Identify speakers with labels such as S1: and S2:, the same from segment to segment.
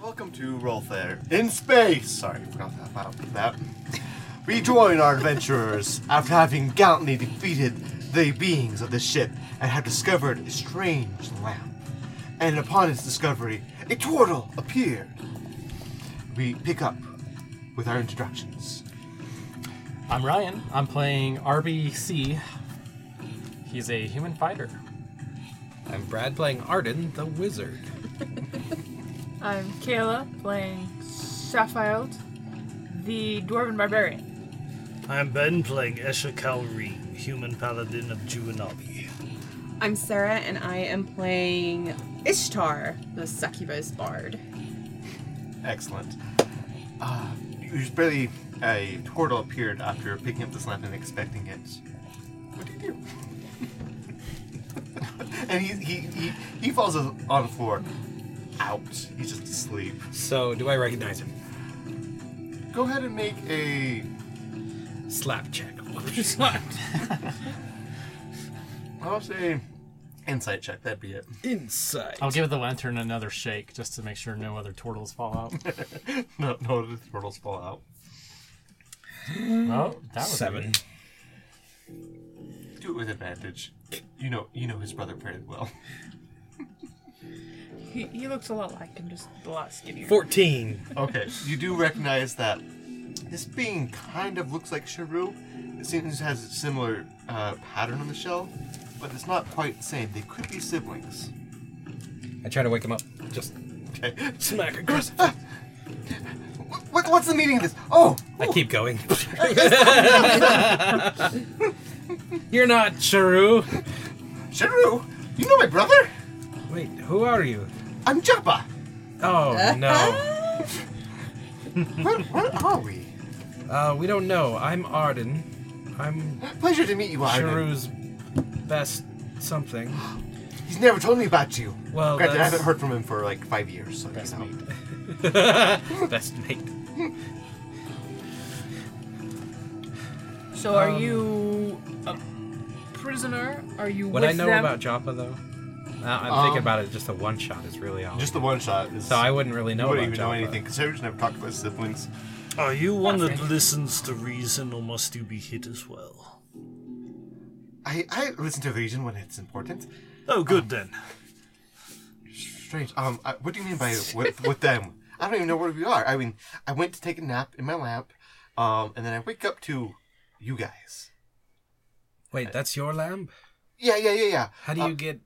S1: welcome to Roll Fair in Space. Sorry, forgot that about that. We join our adventurers after having gallantly defeated the beings of the ship and have discovered a strange lamp. And upon its discovery, a turtle appeared. We pick up with our introductions.
S2: I'm Ryan. I'm playing RBC. He's a human fighter.
S3: I'm Brad playing Arden the Wizard.
S4: I'm Kayla playing Shaffield, the Dwarven Barbarian.
S5: I'm Ben playing Esha Calri, human paladin of Juvenabi.
S6: I'm Sarah, and I am playing Ishtar, the succubus bard.
S1: Excellent. Uh, it was barely a turtle appeared after picking up this lamp and expecting it. What do you do? and he, he, he, he falls on the floor. Out. He's just asleep.
S3: So, do I recognize him?
S1: Go ahead and make a.
S3: Slap check.
S1: I'll say. Insight check. That'd be it.
S3: Insight.
S2: I'll give the lantern another shake just to make sure no other turtles fall out.
S1: No, no, the turtles fall out.
S2: oh, that was
S3: Seven.
S1: Do it with advantage. You know, you know his brother very well.
S4: He, he looks a lot like him, just a lot skinnier.
S3: Fourteen.
S1: Okay, you do recognize that this being kind of looks like Sharu. It seems it has a similar uh, pattern on the shell, but it's not quite the same. They could be siblings.
S3: I try to wake him up. Just
S1: Okay. Ah!
S3: smack aggressive.
S1: What, what's the meaning of this? Oh,
S3: I keep going. You're not Charu.
S1: Sharu! You know my brother?
S3: Wait, who are you?
S1: I'm Jabba!
S3: Oh no.
S1: Where, where are we?
S3: Uh, we don't know. I'm Arden. I'm
S1: Pleasure to meet you, Arden.
S3: Charu's best something.
S1: He's never told me about you.
S3: Well,
S1: Granted, I
S3: that's-
S1: haven't heard from him for like five years. So, you know.
S3: best mate.
S4: So are you a prisoner? Are you
S3: What
S4: with
S3: I know
S4: them?
S3: about Joppa though, now I'm thinking about it. Just a one shot is really all.
S1: Just the one shot. Is,
S3: so I wouldn't really
S1: you
S3: know
S1: wouldn't
S3: about
S1: even know
S3: Joppa.
S1: anything because Sharu's never talked about his siblings.
S5: Are you one that
S4: That's right.
S5: listens to reason, or must you be hit as well?
S1: I, I listen to Legion when it's important.
S5: Oh, good then.
S1: Strange. Um, I, what do you mean by with, with them? I don't even know where we are. I mean, I went to take a nap in my lamp, um, and then I wake up to you guys.
S3: Wait, that's your lamb.
S1: Yeah, yeah, yeah, yeah.
S3: How do you get?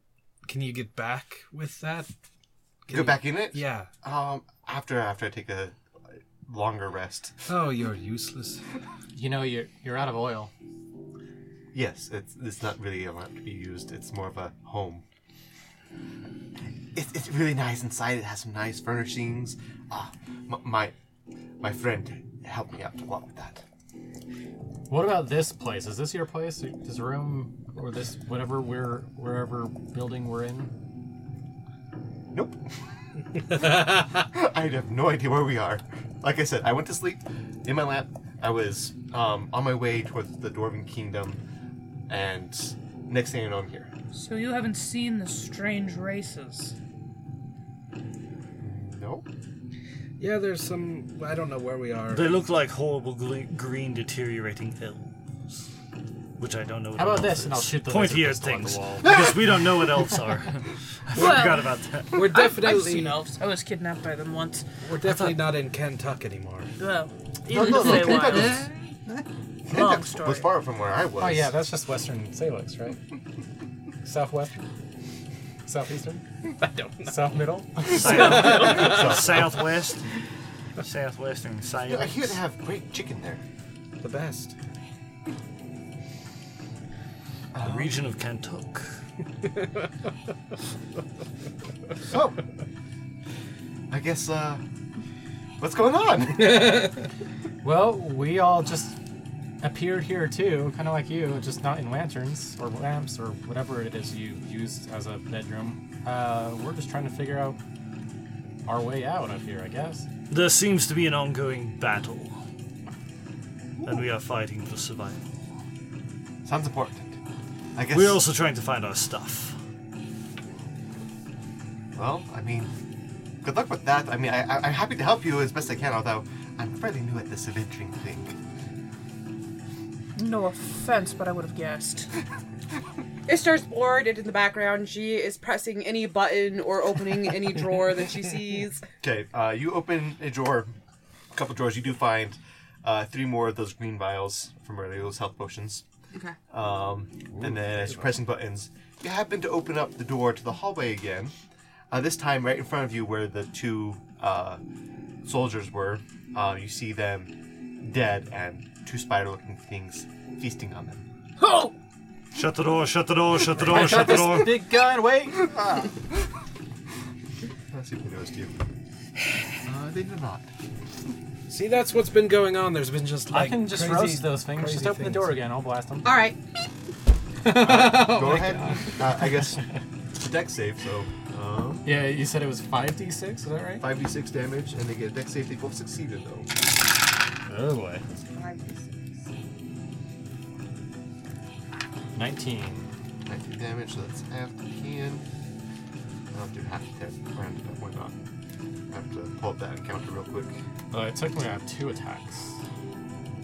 S3: Can you get back with that?
S1: Go
S3: Can you-
S1: back in it.
S3: Yeah.
S1: Um, after after I take a longer rest.
S3: Oh, you're useless.
S2: great. You know, you're, you're out of oil.
S1: Yes, it's it's not really a lamp to be used. It's more of a home. It's it's really nice inside. It has some nice furnishings. Ah, m- my my friend helped me out a lot with that.
S2: What about this place? Is this your place? This room or this whatever we're wherever building we're in?
S1: Nope. I have no idea where we are. Like I said, I went to sleep in my lap. I was um, on my way towards the Dwarven Kingdom, and next thing I know, I'm here.
S4: So you haven't seen the strange races.
S1: No.
S3: Yeah, there's some. I don't know where we are.
S5: They look like horrible gre- green deteriorating elves, which I don't know. What
S2: How
S5: an
S2: about
S5: elf
S2: this? And I'll
S5: is.
S2: shoot the
S5: pointy
S2: laser pistol
S5: at
S2: at the
S5: things
S2: wall.
S5: because we don't know what elves are. I forgot about that.
S3: We're
S4: I've
S3: definitely
S4: seen elves. I was kidnapped by them once.
S3: we're definitely not in Kentuck anymore.
S4: Well,
S1: No,
S4: even
S1: no,
S4: if they
S1: no.
S4: were,
S1: Kentuck was, Kentuck
S4: story.
S1: was far from where I was.
S2: Oh yeah, that's just western Salix, right? Southwest, southeastern,
S3: I don't. know.
S2: south middle.
S5: South- Southwest, southwestern
S1: Yeah, I hear they
S5: science.
S1: have great chicken there.
S3: The best.
S5: The region of Kentuck.
S1: So,
S2: Oh.
S1: I guess uh, what's going on?
S2: Well, we all just appeared here too, kind of like you, just not in lanterns or lamps or whatever it is you use as a bedroom. Uh, we're just trying to figure out our way out of here, I guess.
S5: There seems to be an ongoing battle, and we are fighting for survival.
S1: Sounds important. I guess.
S5: We're also trying to find our stuff.
S1: Well, I mean, good luck with that. I mean, I, I, I'm happy to help you as best I can, although I'm fairly new at this adventuring thing.
S4: No offense, but I would have guessed.
S6: Ishtar's bored and in the background she is pressing any button or opening any drawer that she sees.
S1: Okay, uh, you open a drawer, a couple drawers. You do find uh, three more of those green vials from earlier, those health potions.
S6: Okay.
S1: Um, and then as you're pressing buttons, you happen to open up the door to the hallway again. Uh, this time, right in front of you, where the two uh, soldiers were, uh, you see them dead and two spider-looking things feasting on them.
S4: Oh!
S5: Shut the door, shut the door, shut the door, shut the
S7: this
S5: door.
S7: big gun. Wait.
S1: Let's see if they noticed you. Uh, they did not.
S2: See, that's what's been going on. There's been just
S7: I
S2: like
S7: can just
S2: crazy-
S7: roast those things. Just
S2: crazy
S7: open the
S2: things.
S7: door again. I'll blast them.
S6: All right.
S1: Go ahead. Uh, I guess it's a deck save, so uh,
S7: Yeah, you said it was five d six. Is that right?
S1: 5d6 damage, and they get a deck save. They both succeeded, though.
S7: Oh boy. Nineteen.
S1: 19 damage, so that's half the can. I'll do half the test round it up, uh, why not? I have to pull up that encounter real quick.
S7: Uh, it took me out two attacks.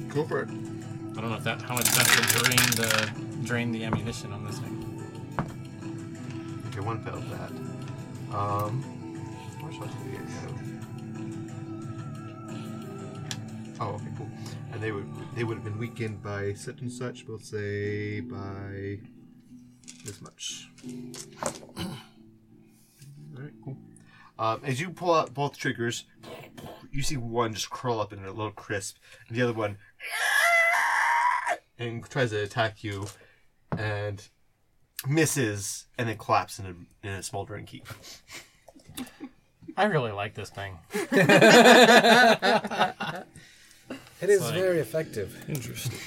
S1: Go for it.
S7: I don't know if that how much that would drain the drain the ammunition on this thing.
S1: Okay, one failed that. Um, where should I do it? go? Oh, okay, cool. And they would they would have been weakened by such and such. We'll say by this much. All right, cool. Um, as you pull out both triggers, you see one just curl up in a little crisp, and the other one and tries to attack you, and misses and then collapses in a, in a smoldering heap.
S7: I really like this thing.
S2: It is
S7: like-
S2: very effective.
S5: Interesting.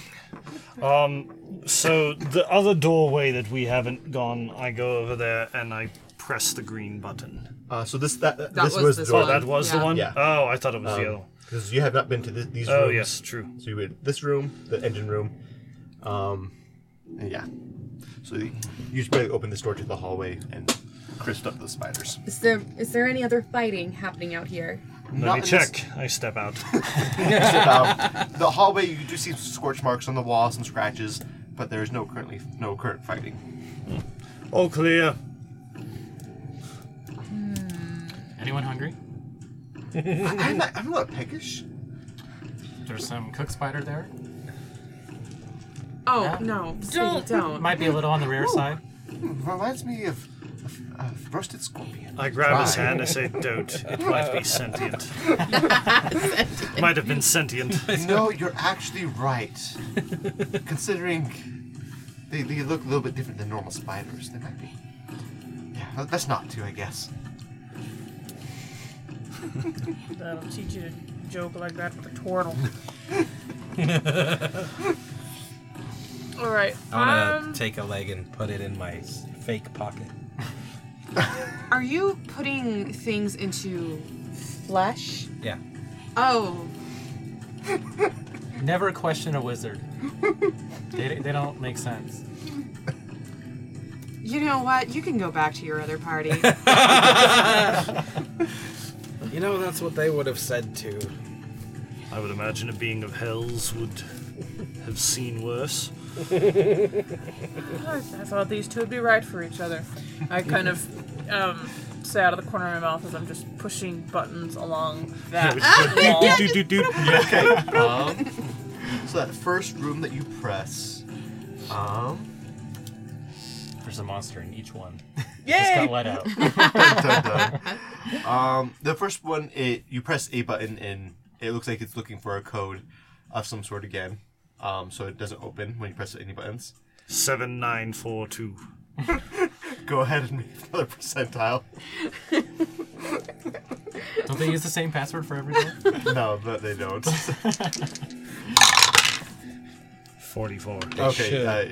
S5: Um, so the other doorway that we haven't gone, I go over there and I press the green button.
S1: Uh, so this that, that,
S6: That
S1: this
S6: was
S1: was,
S6: this
S1: the door
S5: Oh, that was
S6: Yeah.
S5: the one.
S1: Yeah. Um,
S5: Oh, I thought it was the other. one.
S1: because you have not been to thi- these
S5: Oh
S1: rooms.
S5: yes, true.
S1: So you would this room, the engine room, um, and yeah. So you you just barely open this door to the hallway and crisp up the spiders.
S6: Is there is there any other fighting happening out here?
S5: Let me check. I step out.
S1: Um, the hallway you do see scorch marks on the wall, some scratches, but there is no currently no current fighting.
S5: All clear.
S7: Anyone hungry?
S1: I'm not, I'm not peckish.
S7: There's some cook spider there.
S6: Oh no! Don't don't.
S7: Might be a little on the rare side.
S1: Hmm, Reminds me of, of, of roasted scorpion.
S5: I grab his
S1: Try.
S5: hand. I say, "Don't. It might be sentient. might have been sentient."
S1: No, you're actually right. Considering they, they look a little bit different than normal spiders, they might be. Yeah, that's not too, I guess.
S4: That'll teach you to joke like that with a turtle. All right.
S2: I want to
S4: um,
S2: take a leg and put it in my s- fake pocket.
S6: Are you putting things into flesh?
S2: Yeah.
S6: Oh,
S7: Never question a wizard. they, they don't make sense.
S6: you know what? You can go back to your other party.
S2: You know, that's what they would have said too.
S5: I would imagine a being of hell's would have seen worse.
S4: I thought these two would be right for each other. I kind of um, say out of the corner of my mouth as I'm just pushing buttons along that wall.
S5: Do, do, do, do. Yeah.
S1: So that first room that you press, um,
S7: There's a monster in each one. Just
S4: Yay!
S7: got let out.
S1: dun, dun, dun. um, the first one, it you press a button and it looks like it's looking for a code of some sort again. Um, so it doesn't open when you press any buttons.
S5: Seven nine four two.
S1: Go ahead and make another percentile.
S7: Don't they use the same password for every door?
S1: No, but they don't.
S5: Forty four.
S1: okay,
S2: should.
S1: uh,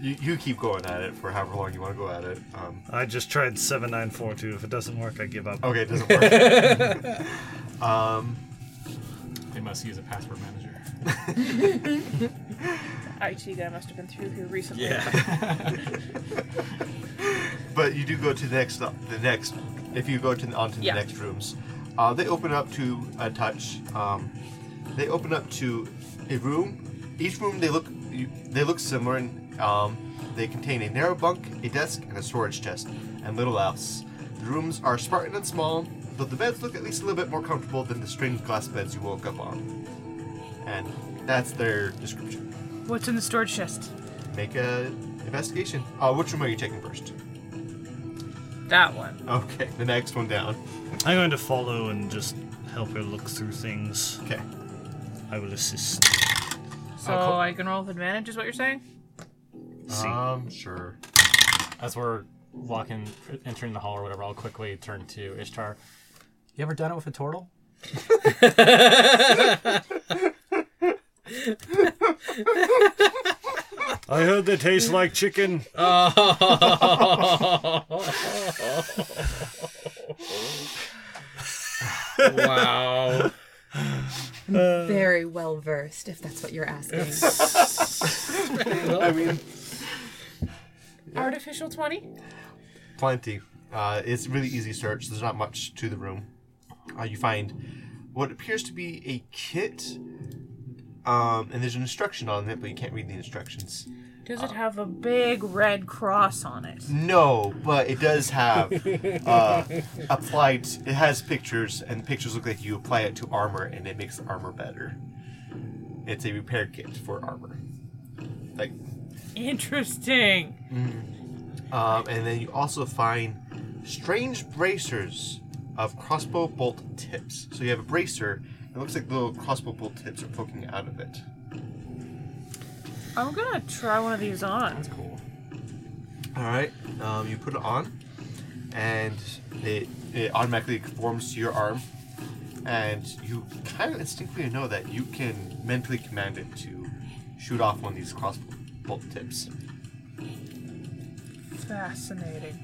S1: you, you keep going at it for however long you want to go at it. Um,
S5: I just tried seven nine four two. If it doesn't work, I give up.
S1: Okay, it doesn't work.
S7: they must use a password manager.
S4: IT guy must have been through here recently.
S1: but you do go to the next the next if you go to the, onto the
S4: Yeah.
S1: next rooms, uh, they open up to a touch. Um, they open up to a room. Each room they look you, they look similar. And, um, they contain a narrow bunk, a desk, and a storage chest, and little else. The rooms are spartan and small, though the beds look at least a little bit more comfortable than the strange glass beds you woke up on. And that's their description.
S4: What's in the storage chest?
S1: Make a investigation. Uh, which room are you taking first?
S4: That one.
S1: Okay, the next one down.
S5: I'm going to follow and just help her look through things.
S1: Okay.
S5: I will assist.
S4: So
S7: I'll call-
S4: I can roll with advantage, is what you're saying?
S5: See.
S1: Um, sure.
S7: As we're walking, entering the hall or whatever, I'll quickly turn to Ishtar. You ever done it with a turtle?
S5: I heard they taste like chicken.
S2: wow.
S8: Very well versed, if that's what you're asking.
S1: I mean,
S4: Artificial 20?
S1: plenty. Uh, it's a really easy search. There's not much to the room. Uh, you find what appears to be a kit, um, and there's an instruction on it, but you can't read the instructions.
S4: Does it have a big red cross on it?
S1: No, but it does have uh, applied. It has pictures, and pictures look like you apply it to armor, and it makes the armor better. It's a repair kit for armor. Like
S4: Interesting.
S1: Um, and then you also find strange bracers of crossbow bolt tips. So you have a bracer, and it looks like little crossbow bolt tips are poking out of it.
S4: I'm gonna try one of these on.
S7: Cool.
S1: All right, um, you put it on, and it, it automatically conforms to your arm, and you kind of instinctively know that you can mentally command it to shoot off one of these crossbow bolt tips.
S4: Fascinating.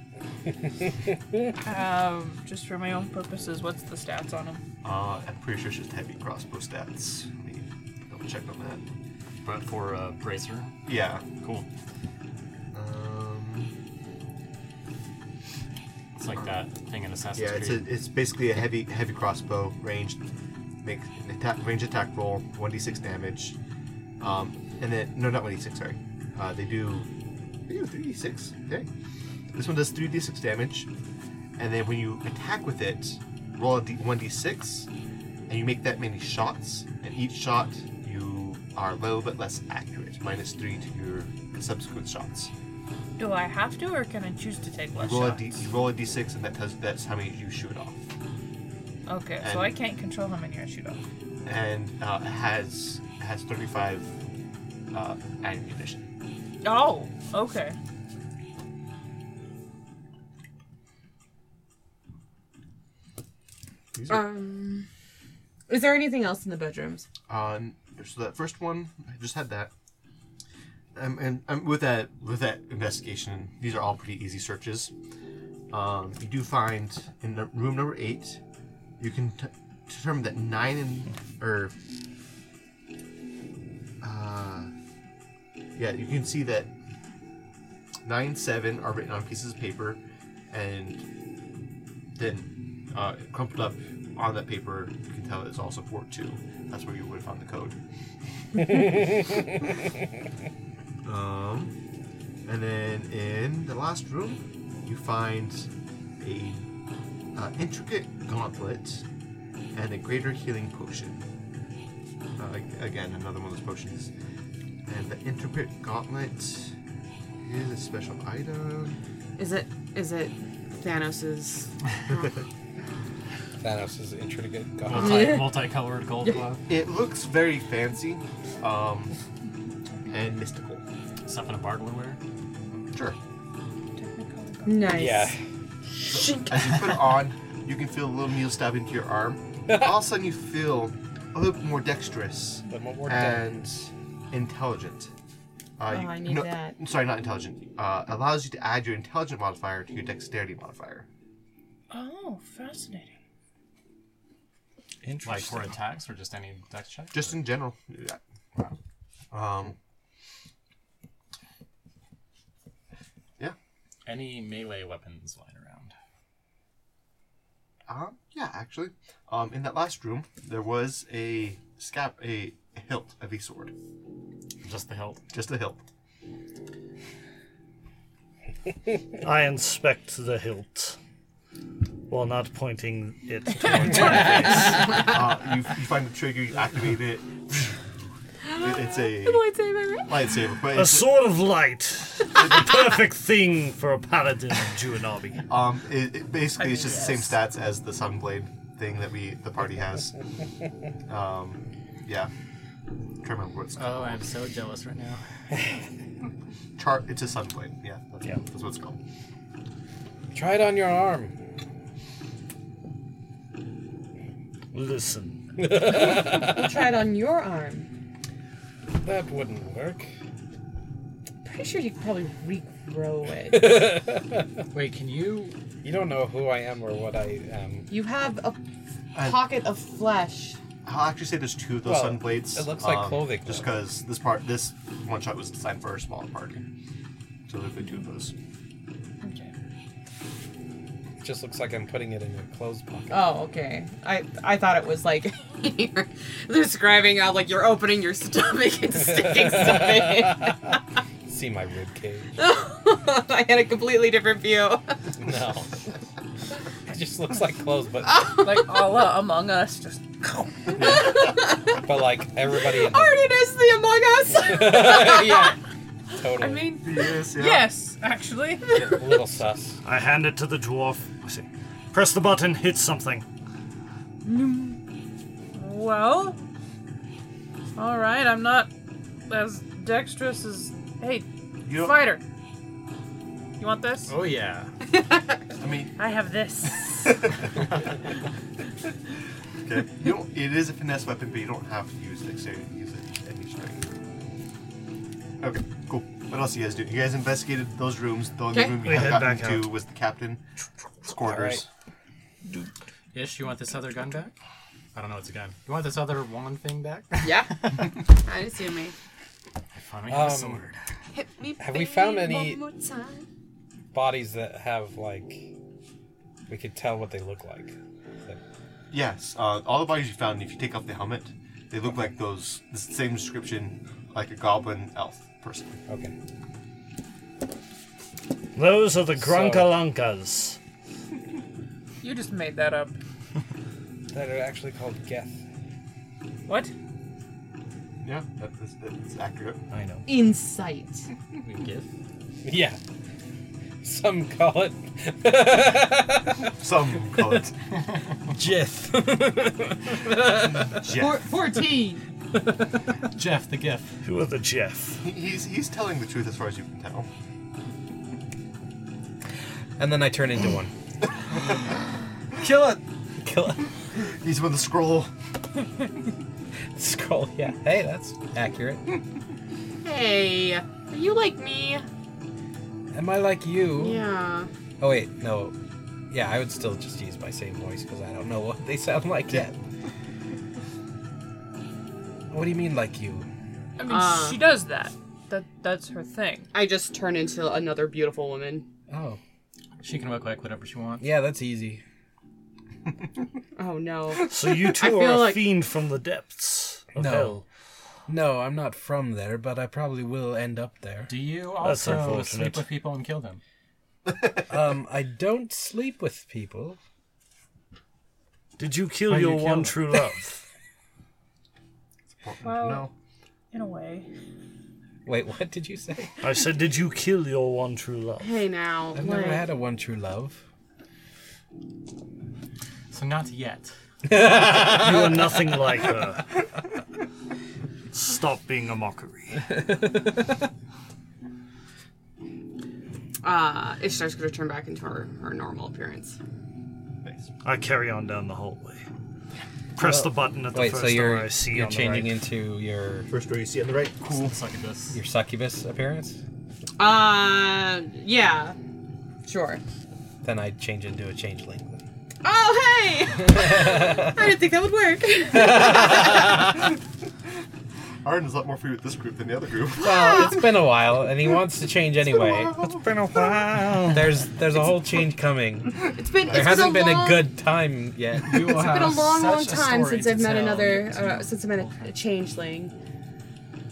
S4: um, just for my own purposes, what's the stats on them?
S1: Uh, I'm pretty sure it's just heavy crossbow stats. Let me double check on that.
S7: But for a bracer,
S1: Yeah.
S7: cool.
S1: Um,
S7: It's like that thing in Assassin's
S1: Yeah, it's a,
S7: Creed.
S1: it's basically a heavy heavy crossbow ranged, make an attack range attack roll one d six damage, um, and then no not one d six sorry, uh, they do they do three d six okay, this one does three d six damage, and then when you attack with it, roll a d one d six, and you make that many shots, and each shot you are a little bit less accurate, minus three to your subsequent shots.
S4: Do I have to, or can I choose to take
S1: You
S4: less
S1: roll a
S4: shots?
S1: d you roll a d six, and that tells that's how many you shoot off.
S4: Okay,
S1: and-
S4: so I can't control how many I shoot off.
S1: and uh, has has 35 uh, ammunition.
S4: Oh, okay.
S8: um, is there anything else in the bedrooms?
S1: Um, so that first one, I just had that. Um, and um, with that with that investigation, these are all pretty easy searches. Um, you do find in the room number eight, you can t- determine that nine and or uh, yeah, you can see that nine seven are written on pieces of paper, and then uh, crumpled up on that paper, you can tell it's also port two. That's where you would have found the code. um, and then in the last room, you find a uh, intricate gauntlet and a greater healing potion. Uh, ag- again, another one of those potions. And the intricate gauntlet is a special item.
S6: Is it? Is it? Thanos's.
S2: Thanos is intricate. God.
S7: Multi, multicolored gold glove.
S1: It looks very fancy um, and mystical.
S7: Stuff in a bard would wear.
S1: Sure.
S8: Nice.
S2: Yeah.
S1: As you put it on, you can feel a little needle stab into your arm. All of a sudden, you feel a little bit more dexterous and intelligent. Uh,
S8: Oh, I need that.
S1: Sorry, not intelligent. Uh, allows you to add your intelligent modifier to your dexterity modifier.
S4: Oh, fascinating.
S7: Like for attacks or just any dex check?
S1: Just in general. Yeah. Um, yeah.
S7: Any melee weapons lying around.
S1: Um, yeah, actually, um, in that last room there was a scap, a hilt of a sword,
S7: Just the hilt.
S1: just a hilt.
S5: I inspect the hilt while not pointing it towards
S1: Uh, you, you find the trigger, you activate it. It- It's a lightsaber, but
S5: a
S1: it's,
S5: sword of light. the perfect thing for a paladin of Juanabi.
S1: um, it, it basically it's just the same stats as the sunblade thing that we the party has. Um, yeah, trying to remember what it's called.
S7: Oh, I'm so jealous right now.
S1: Char- it's a sunblade. Yeah, that's,
S5: Yeah.
S1: that's what it's called.
S7: Try it on your arm.
S5: Listen,
S8: Try it on your arm.
S3: That wouldn't work.
S8: Pretty sure you could probably regrow it.
S7: Wait, can you?
S3: You don't know who I am or what I um, am.
S8: you have a pocket of flesh.
S1: I'll actually say there's two of those
S3: Well,
S1: sunblades.
S3: it looks like clothing,
S1: Just
S3: though.
S1: because this part, this one shot was designed for a smaller party, so there'll be two of those.
S3: It just looks like I'm putting it in a clothes pocket.
S6: Oh, okay. I I thought it was like you're describing how like you're opening your stomach and sticking stuff in.
S3: See my rib cage.
S6: I had a completely different view.
S3: No. it just looks like clothes, but
S4: like Allah among us, just
S3: but like everybody in the,
S6: Arden is the Among Us.
S3: Yeah. Totally.
S4: I mean
S1: Yes,
S4: yes, actually.
S3: a little sus.
S5: I hand it to the dwarf. I say, press the button, hit something.
S4: Well Alright, I'm not as dexterous as hey,
S1: You don't,
S4: fighter. You want this?
S7: Oh yeah.
S1: I mean,
S4: I have this.
S1: okay. you don't, it is a finesse weapon, but you don't have to use dexterity to use it any strength. Okay, cool. What else you guys do? You guys investigated those rooms. The only
S6: Okay.
S1: room you
S5: We
S1: had
S5: head
S1: gotten
S5: back
S1: to
S5: out.
S1: was the captain's quarters.
S7: Ish, you want this other gun back? I don't know. It's a gun. You want this other wand thing back?
S6: yeah. I didn't see me.
S7: I finally have a
S3: Um,
S7: sword.
S6: Hit me.
S3: Have we found
S6: baby,
S3: any-
S6: one more time.
S3: Bodies that have like we could tell what they look like.
S1: Yes, uh, all the bodies you found, if you take off the helmet, they look like those, the same description, like a goblin elf person.
S3: Okay.
S5: Those are the Grunkalankas.
S4: you just made that up.
S3: That are actually called geth.
S4: What?
S1: Yeah, that is, that's accurate.
S5: I know.
S8: Insight.
S7: Gift.
S3: Yeah. Some call it
S1: Some call it
S3: Jith.
S8: Four,
S1: Jeff.
S8: 14.
S7: Jeff, the gift.
S5: Who are the Jeff?
S1: He- He's, he's telling the truth as far as you can tell.
S3: and then I turn into one. Kill it. Kill it.
S1: He's with the scroll.
S3: Scroll. Yeah. Hey, that's accurate.
S6: Hey, are you like me?
S3: Am I like you?
S6: Yeah.
S3: Oh wait, no. Yeah, I would still just use my same voice because I don't know what they sound like yet. what do you mean, like you?
S4: I mean
S6: Uh.
S4: she does that. That that's her thing.
S6: I just turn into another beautiful woman.
S3: Oh,
S7: She can look like whatever she wants.
S3: yeah, that's easy.
S6: Oh no.
S5: So you two
S6: feel
S5: are a
S6: like-
S5: fiend from the depths of
S3: No.
S5: hell.
S3: No, I'm not from there, but I probably will end up there.
S7: Do you
S5: That's
S7: also
S5: unfortunate.
S7: sleep with people and kill them?
S3: Um, I don't sleep with people.
S5: Did you kill
S7: Oh, you
S5: your one
S7: killed-
S5: true love?
S4: Well-
S1: no.
S4: In a way.
S3: Wait, what did you say?
S5: I said, did you kill your one true love?
S6: Hey now.
S3: I've never
S6: like-
S3: had a one true love.
S7: So not yet.
S5: You are nothing like her. Stop being a mockery.
S6: uh, Ishtar's gonna turn back into her, her normal appearance.
S1: Nice.
S5: I carry on down the hallway. Press the button at the
S3: Wait,
S5: first
S3: so
S5: door
S3: you're
S5: I see
S3: you're
S5: on
S3: changing
S5: the right.
S3: into your
S1: First door you see on the right. Cool.
S7: Succubus.
S3: your succubus appearance?
S6: Uh, yeah. Sure.
S3: Then I change into a changeling.
S6: Oh, hey! I didn't think that would work.
S1: Arden's a lot more familiar with this group than the other group.
S3: Well, it's been a while, and he wants to change anyway.
S5: It's been a while.
S3: There's there's a whole change coming.
S8: It's been.
S3: There
S8: it's
S3: hasn't
S8: been
S3: been
S8: a,
S3: a
S8: long,
S3: good time yet.
S2: You will
S8: It's been a
S2: have
S8: long, long
S2: such a
S8: time
S2: story
S8: since
S2: to
S8: I've met
S2: tell.
S8: another. Uh, since I met a, a changeling.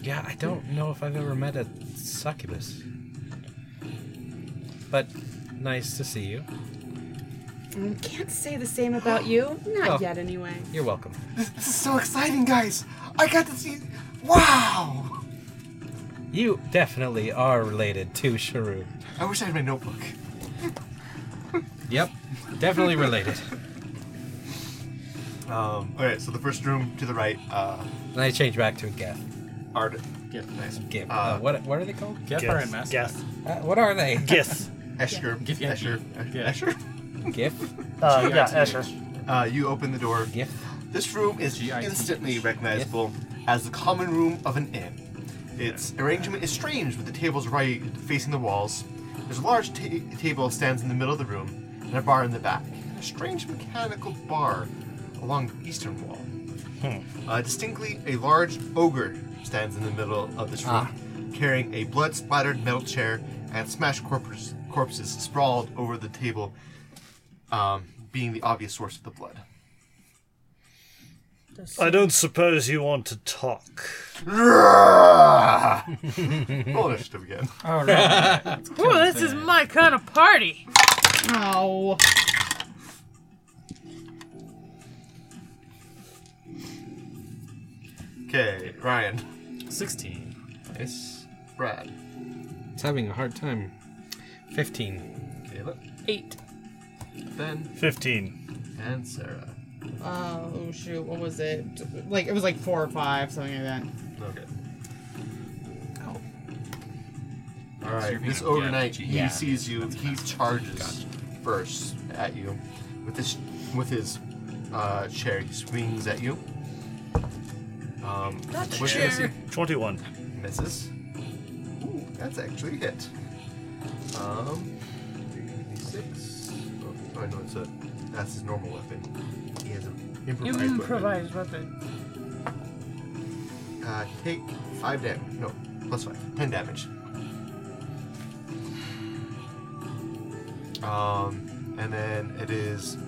S3: Yeah, I don't know if I've ever met a succubus. But nice to see you.
S8: Mm, Can't say the same about you. Not
S3: Oh.
S8: yet, anyway.
S3: You're welcome.
S1: This, this is so exciting, guys! I got to see. Wow!
S3: You definitely are related to Sharu.
S1: I wish I had my notebook.
S3: Yep, definitely related.
S1: Um, okay, so the first room to the right, uh,
S3: And I change back to a Geth.
S1: Arden.
S7: Gith.
S1: Nice.
S3: Gif. Uh,
S1: Uh,
S3: what what are they called?
S7: Gith are in Mass Effect.
S5: Yes.
S3: Uh, what are they?
S5: Yes.
S1: Escher.
S7: Gif- yeah.
S1: Escher.
S7: Yeah.
S1: Escher.
S3: Gif.
S5: Uh, yeah,
S7: G-I-T-H.
S5: Escher.
S1: Uh, you open the door.
S3: Gif.
S1: This room is
S7: G.I.T.H.
S1: instantly recognizable as the common room of an inn. Its arrangement is strange, with the tables right facing the walls. There's a large ta- table stands in the middle of the room, and a bar in the back. A strange mechanical bar along the eastern wall. Uh, distinctly, a large ogre stands in the middle of this room, carrying a blood-splattered metal chair and smashed corpses, corpses sprawled over the table, um, being the obvious source of the blood.
S5: I don't suppose you want to talk.
S1: Roll initiative again.
S7: All right.
S4: Ooh, this is my kind of party.
S6: Ow.
S1: Okay, Ryan.
S7: 16.
S3: Yes.
S1: Brad.
S3: It's having a hard time. Fifteen.
S1: Caleb.
S4: Eight.
S1: Ben.
S5: 15.
S1: And Sarah.
S6: Oh shoot, what was it? Like it was like four or five, something like that.
S1: Okay.
S3: Oh.
S1: Alright,
S7: being
S1: this
S7: a-
S1: overnight,
S7: yeah,
S1: he
S3: yeah.
S1: sees you. He charges first at you with his with his uh, chair. He swings at you. Um,
S4: Not the
S1: which
S4: chair.
S1: is-
S5: 21.
S1: Misses. Ooh, that's actually a hit. Um, 6 Oh, I know it's a. That's his normal weapon. He has an improvised weapon.
S4: Improvised weapon.
S1: Uh, take five damage. No, plus five. Ten damage. Um, and then it is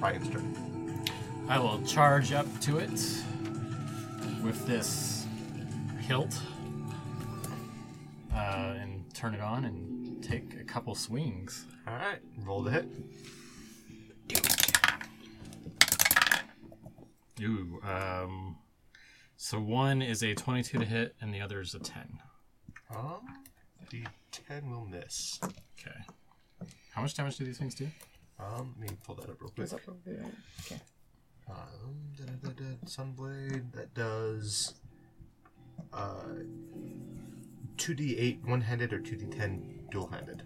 S1: Ryan's turn.
S7: I will charge up to it with this hilt uh, and turn it on and take a couple swings.
S1: All right. Roll the hit.
S7: Ooh. Um, so one is a 22 to hit and the other is a 10.
S1: Um, D10 will miss.
S7: Okay. How much damage do these things do?
S1: Um, let me pull that up real quick. Um, da, da, da, da, Sunblade, that does uh, 2d8 one handed or 2d10 dual handed.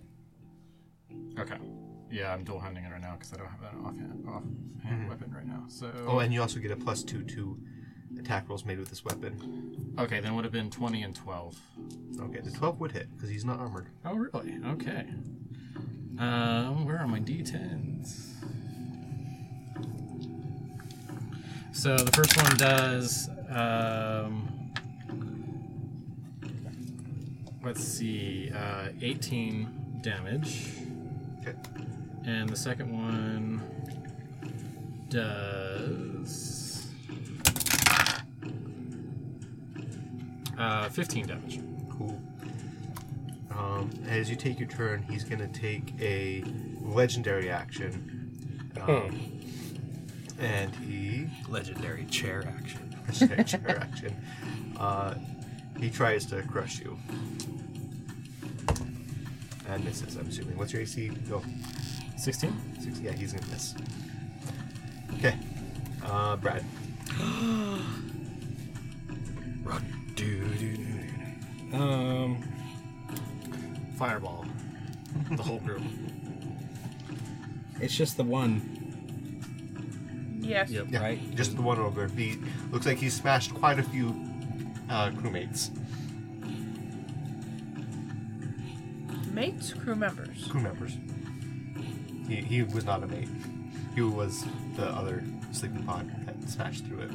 S7: Okay. Yeah, I'm dual handing it right now because I don't have an offhand, offhand weapon right now. So
S1: Oh, and you also get a plus 2 to attack rolls made with this weapon.
S7: okay, then would have been 20 and 12.
S1: Okay, the 12 would hit because he's not armored.
S7: Oh, really? Okay. Um, where are my d10s? So the first one does. Um, let's see, uh, 18 damage,
S1: Okay.
S7: and the second one does uh, 15 damage.
S1: Cool. Um, as you take your turn, he's going to take a legendary action. Um, and he.
S3: Legendary chair action.
S1: Legendary action. Uh, he tries to crush you. And misses, I'm assuming. What's your AC? Go.
S7: 16.
S1: Six. Yeah, he's going to miss. Okay. Uh, Brad.
S3: Run. Do, do, do, do, do. Um.
S7: Fireball. The whole group.
S3: It's just the one,
S4: Yes.
S7: Yep.
S1: Yeah,
S3: right?
S1: Just the one ogre. He looks like he smashed quite a few uh, crewmates,
S4: Mates, crew members.
S1: crew members. He, he was not a mate. He was the other sleeping pod that smashed through it.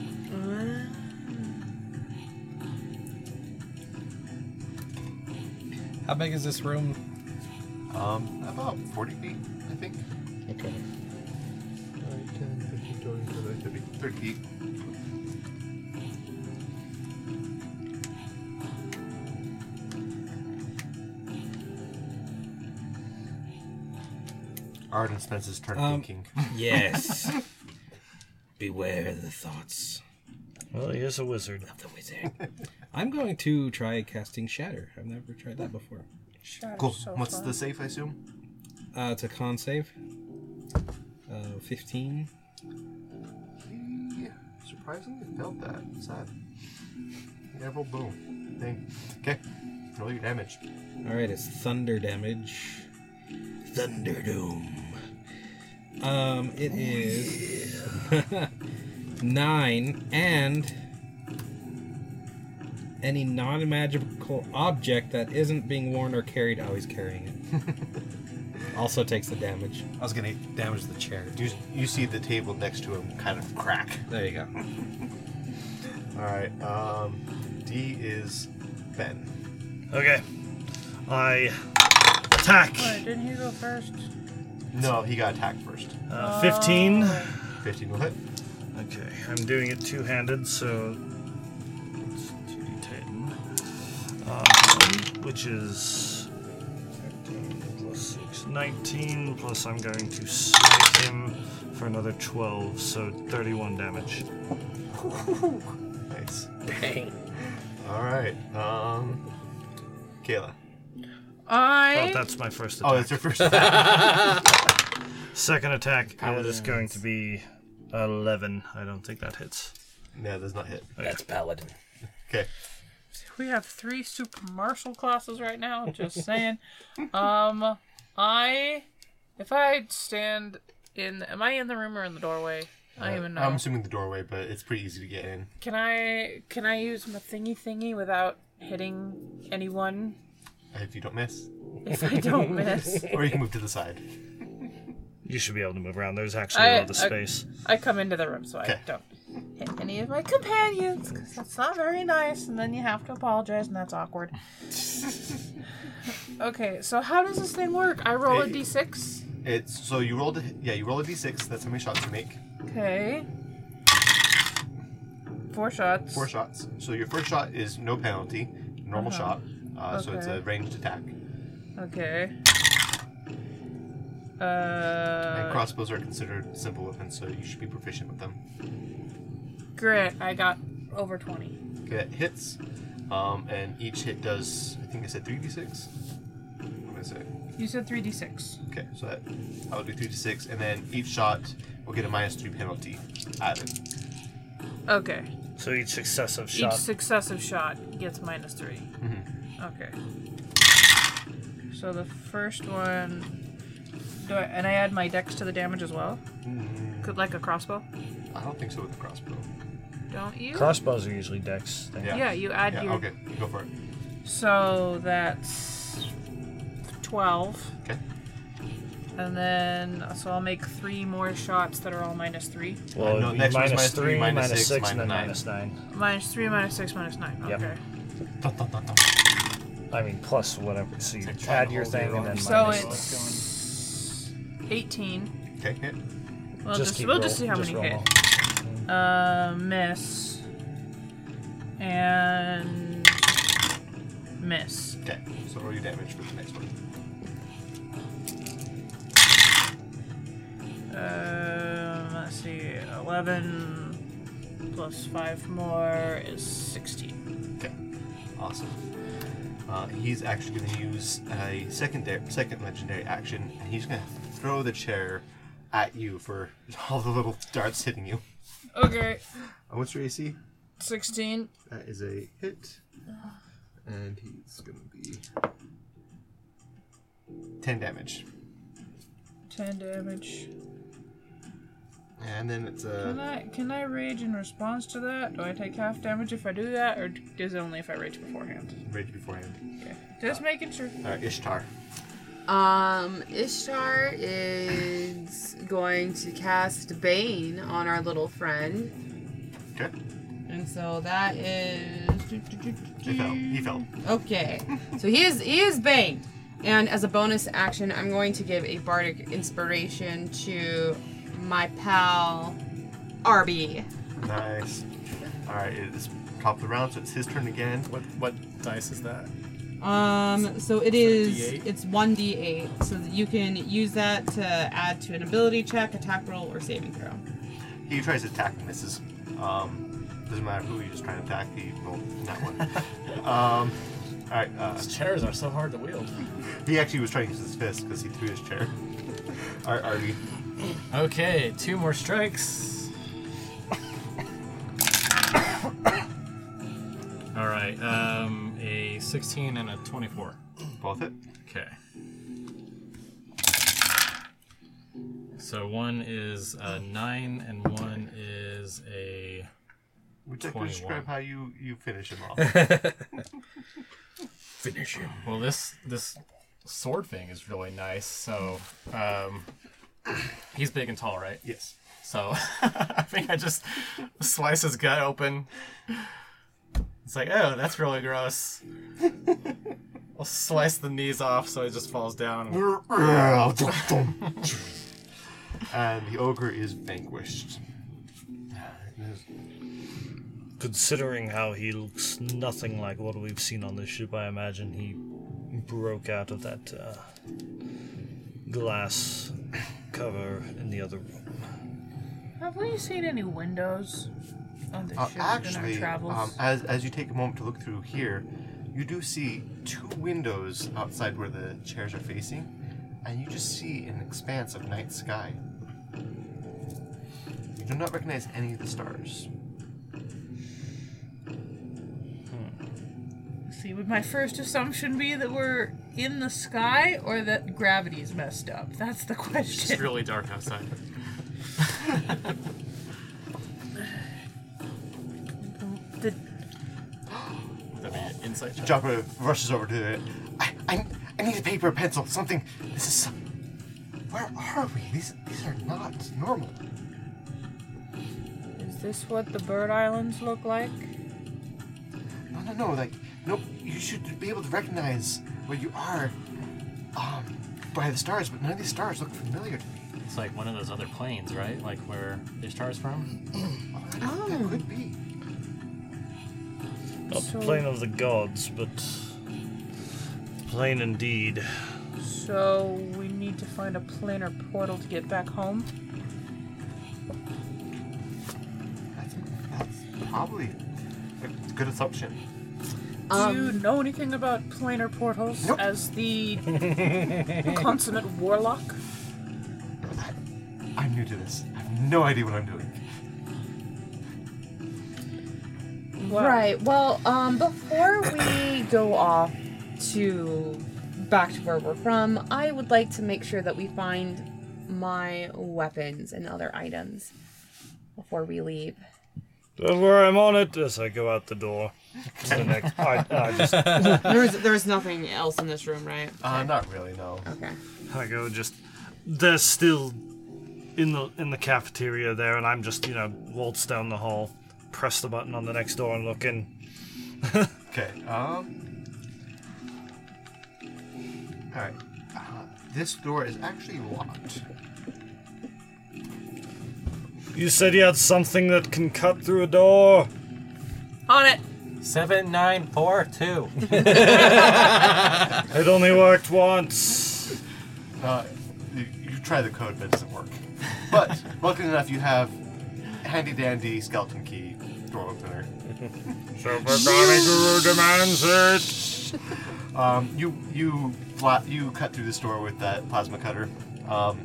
S3: How big is this room?
S1: Um, about 40 feet, I think.
S3: Okay.
S1: 10, 15, 20, 30, 30 feet. Arden Spence's turn
S3: Um,
S1: thinking.
S3: Yes. Beware the thoughts
S5: Well, he is a wizard.
S3: of the wizard. I'm going to try casting Shatter. I've never tried that before.
S1: Cool. What's the safe, I assume?
S3: Uh, it's a con save. Uh, 15.
S1: He surprisingly failed that. Sad. Yeah, roll boom. Dang. Okay. Roll your damage.
S3: All right, it's thunder damage. Thunderdome. Um, it is nine, and any non-magical object that isn't being worn or carried, always carrying it, also takes the damage.
S1: I was gonna
S3: Damage the chair.
S1: You, you see the table next to him kind of crack.
S3: There you go.
S1: All right. Um, D is Ben.
S5: Okay. I attack.
S4: Wait, didn't he go first?
S1: No, he got attacked first.
S5: Uh, 15.
S1: 15 will hit.
S5: Okay, I'm doing it two handed, so. it's 2d10. Um, which is. 15 plus 6, 19, plus I'm going to smite him for another 12, so 31 damage.
S1: Nice. All right. Um, Kayla.
S5: Oh,
S4: I
S5: that's my first attack.
S1: Oh, that's your first attack.
S5: Second attack is going to be 11. I don't think that hits.
S1: no, does not hit.
S9: That's paladin.
S1: Okay.
S4: we have three super martial classes right now. Just saying. um, I if I stand in, am I in the room or in the doorway? I don't even know.
S1: Uh, I'm assuming the doorway, but it's pretty easy to get in.
S4: Can I can I use my thingy thingy without hitting anyone
S1: If you don't miss,
S4: if I don't miss?
S1: or you can move to the side.
S5: You should be able to move around. There's actually
S4: I-
S5: a lot of
S4: I-
S5: space.
S4: I come into the room so I
S1: Okay.
S4: don't hit any of my companions because that's not very nice, and then you have to apologize, and that's awkward. okay, so how does this thing work? I roll a
S1: Hey.
S4: d6.
S1: It's so you rolled. A, yeah, you roll a d6. That's how many shots you make.
S4: Okay. Four shots.
S1: Four shots. So your first shot is no penalty, normal shot. Uh, So it's
S4: Okay.
S1: a ranged attack.
S4: Okay.
S1: and
S4: Uh,
S1: crossbows are considered simple weapons, so you should be proficient with them.
S4: grit. I got over 20.
S1: Okay, that hits. Um, and each hit does, I think I said 3d6? What did I say?
S4: You said 3d6.
S1: Okay, so that, that would be 3d6, and then each shot will get a minus 3 penalty added.
S4: Okay.
S5: So each successive shot.
S4: Each successive shot gets minus 3
S1: Mm-hmm.
S4: Okay. So the first one, do I, and I add my dex to the damage as well.
S1: Mm-hmm.
S4: Could like a crossbow?
S1: I don't think so with the crossbow.
S4: Don't you?
S5: Crossbows are usually dex. thing.
S1: Yeah.
S4: yeah, you add
S1: Yeah,
S4: your.
S1: okay, go for it.
S4: So that's twelve.
S1: Okay.
S4: And then, so I'll make three more shots that are all minus three.
S5: Well,
S1: Uh, no,
S5: it'd be
S1: next one's
S5: minus
S1: minus
S5: three,
S1: three, minus six,
S5: minus six, and then
S1: minus
S5: minus nine.
S4: Minus three, minus six, minus nine.
S5: Yep.
S4: Okay.
S1: Dun, dun, dun, dun.
S5: I mean, plus whatever. So you
S9: trying
S5: add
S9: to
S5: your
S9: hold your
S5: thing and then
S9: arms.
S4: So
S5: minus.
S4: it's eighteen.
S1: Okay, hit.
S4: We'll just,
S5: keep
S4: we'll
S5: roll-
S4: just see how
S5: just
S4: many
S5: roll
S4: hit. Uh, miss and miss.
S1: Okay, so roll your damage for the next one.
S4: Um, let's see, eleven plus five more is sixteen.
S1: Okay, awesome. Uh, he's actually going to use a secondary, second legendary action, and he's going to throw the chair at you for all the little darts hitting you.
S4: Okay,
S1: Uh, what's your AC?
S4: sixteen.
S1: That is a hit, and he's going to be ten damage,
S4: 10 damage.
S1: and then it's uh,
S4: Can
S1: a
S4: I can I rage in response to that? Do I take half damage if I do that, or d- is it only if I rage beforehand?
S1: rage beforehand.
S4: Okay. Just making sure.
S1: All right, Ishtar.
S8: Um, Ishtar is going to cast Bane on our little friend.
S1: Okay.
S6: And so that is.
S1: He fell. He fell.
S6: Mm. Okay. So he is he is banged. And as a bonus action, I'm going to give a bardic inspiration to my pal Arby.
S1: Nice. All right, it's top of the round, so it's his turn again.
S7: What what dice is that?
S6: Um, so it is
S7: D8?
S6: it's one d8, so that you can use that to add to an ability check, attack roll, or saving throw.
S1: He tries to attack and misses. Um, doesn't matter who he's trying to attack. He rolled that one. um, all right. Uh,
S7: These chairs are so hard to wield.
S1: he actually was trying to use his fist because he threw his chair. All right, Arby.
S7: Okay, two more strikes. All right, um, a 16 and a 24.
S1: Both it.
S7: Okay. So one is a nine and one is a.
S1: Would you like to
S7: 21.
S1: describe how you you finish him off?
S2: Finish him.
S7: Well, this this sword thing is really nice. So, um, he's big and tall, right?
S1: yes.
S7: So I think I just slice his gut open. It's like, oh, that's really gross. I'll slice the knees off so he just falls down.
S1: and the ogre is vanquished.
S7: Ah,
S5: Considering how he looks nothing like what we've seen on this ship, I imagine he broke out of that uh, glass cover in the other room.
S4: Have we seen any windows on the
S1: Uh,
S4: ship
S1: actually,
S4: in our travels?
S1: um, as, as you take a moment to look through here, you do see two windows outside where the chairs are facing, and you just see an expanse of night sky. You do not recognize any of the stars.
S4: See, would my first assumption be that we're in the sky or that gravity's messed up? That's the
S7: It's
S4: question.
S7: really dark outside.
S4: The-
S7: Would that be an insight check?
S1: Joppa rushes over to it. I, I, I need a paper, a pencil, something. This is. Some, where are we? These, these are not normal.
S4: Is this what the bird islands look like?
S1: No, no, no. Like, no. You should be able to recognize where you are, um, by the stars. But none of these stars look familiar to me.
S7: It's like one of those other planes, right? Like where their star's from?
S1: Oh, that, that could be.
S5: Not the
S4: So-
S5: plane of the gods, but plain indeed.
S4: So we need to find a plane or portal to get back home.
S1: That's, that's probably a good assumption.
S4: Do you know anything about planar portals
S1: Nope.
S4: as the consummate warlock?
S1: I, I'm new to this. I have no idea what I'm doing.
S4: Well,
S6: Right. Well, um, before we go off to back to where we're from, I would like to make sure that we find my weapons and other items before we leave.
S5: Don't worry, I'm on it as I go out the door. To the next, I, I just
S6: There's there's nothing else in this room, right?
S1: Uh, not really. No.
S6: Okay.
S5: I go just they're still in the in the cafeteria there and I'm just, you know, waltz down the hall, press the button on the next door and look in.
S1: Okay. Um. All right. Uh, this door is actually locked.
S5: You said you had something that can cut through a door.
S4: On it.
S7: 7942.
S5: It only worked once.
S1: Uh, you, you try the code, but it doesn't work. But luckily enough, you have handy dandy skeleton key door opener.
S5: So Bagani Guru demands it.
S1: Um, you you fla- you cut through this door with that plasma cutter. Um,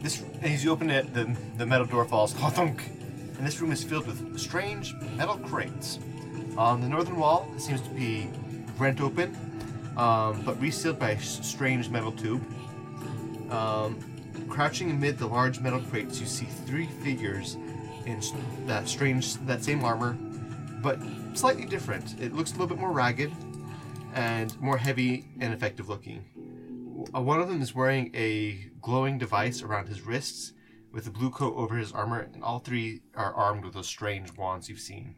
S1: this as you open it, the the metal door falls, thunk, and this room is filled with strange metal crates. On the northern wall, it seems to be rent open, um, but resealed by a s- strange metal tube. Um, crouching amid the large metal crates, you see three figures in s- that strange that same armor, but slightly different. It looks a little bit more ragged and more heavy and effective looking. W- uh, One of them is wearing a glowing device around his wrists, with a blue coat over his armor, and all three are armed with those strange wands you've seen.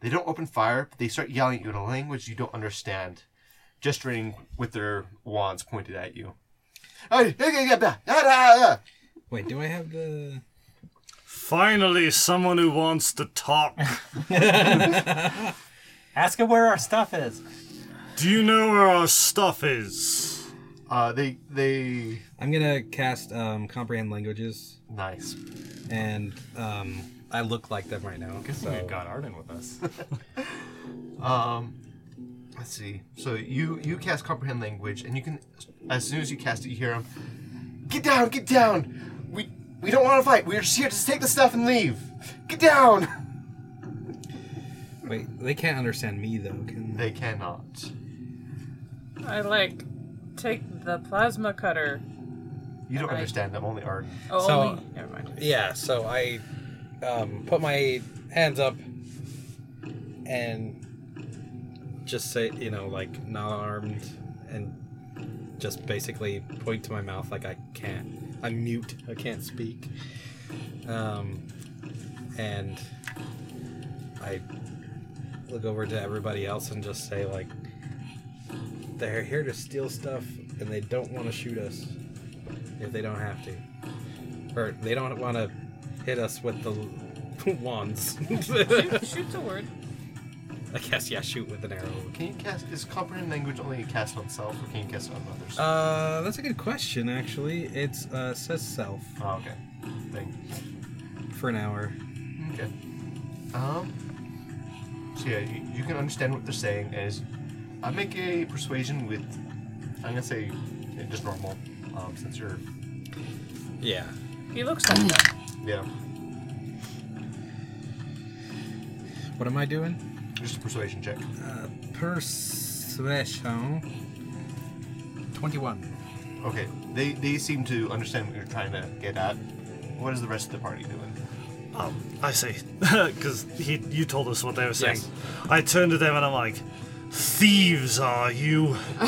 S1: They don't open fire, but they start yelling at you in a language you don't understand, gesturing with their wands pointed at you. They
S3: Wait, do I have the?
S5: Finally, someone who wants to talk.
S7: Ask him where our stuff is.
S5: Do you know where our stuff is?
S1: uh, they they
S3: I'm gonna cast um, comprehend languages,
S1: nice.
S3: and um, I look like them right now.
S7: Guess
S3: So
S7: we've got Arden with us.
S1: Let's see. So you you cast comprehend language, and you can as soon as you cast it, you hear him. Get down! Get down! We we don't want to fight. We're just here to take the stuff and leave. Get down!
S3: wait, they can't understand me though, can they?
S1: They cannot.
S4: I like take the plasma cutter.
S1: You don't
S4: Right.
S1: understand them. Only Arden.
S4: Oh,
S3: So-
S4: only, never mind.
S3: Yeah, so I um, put my hands up and just say, you know, like not armed, and just basically point to my mouth like I can't. I'm mute. I can't speak. Um, and I look over to everybody else and just say like, they're here to steal stuff, and they don't want to shoot us if they don't have to or they don't want to hit us with the l- wands.
S4: Shoot's a word.
S3: I guess yeah, shoot with an arrow.
S1: Can you cast? Is comprehend language only cast on self, or can you cast it on others?
S3: Uh, that's a good question. Actually, it's uh says self
S1: oh, okay. Thing.
S3: for an hour.
S1: Okay. Um. So yeah, you, you can understand what they're saying. As I make a persuasion with, I'm gonna say, uh, just normal, um, since you're,
S3: Yeah.
S4: He looks like that.
S1: yeah,
S3: What am I doing?
S1: just a persuasion check.
S3: Persuasion. Twenty-one.
S1: Okay. They they seem to understand what you're trying to get at. What is the rest of the party doing?
S5: Um, I see. Because he, you told us what they were saying.
S3: Yes.
S5: I turned to them and I'm like, thieves are you?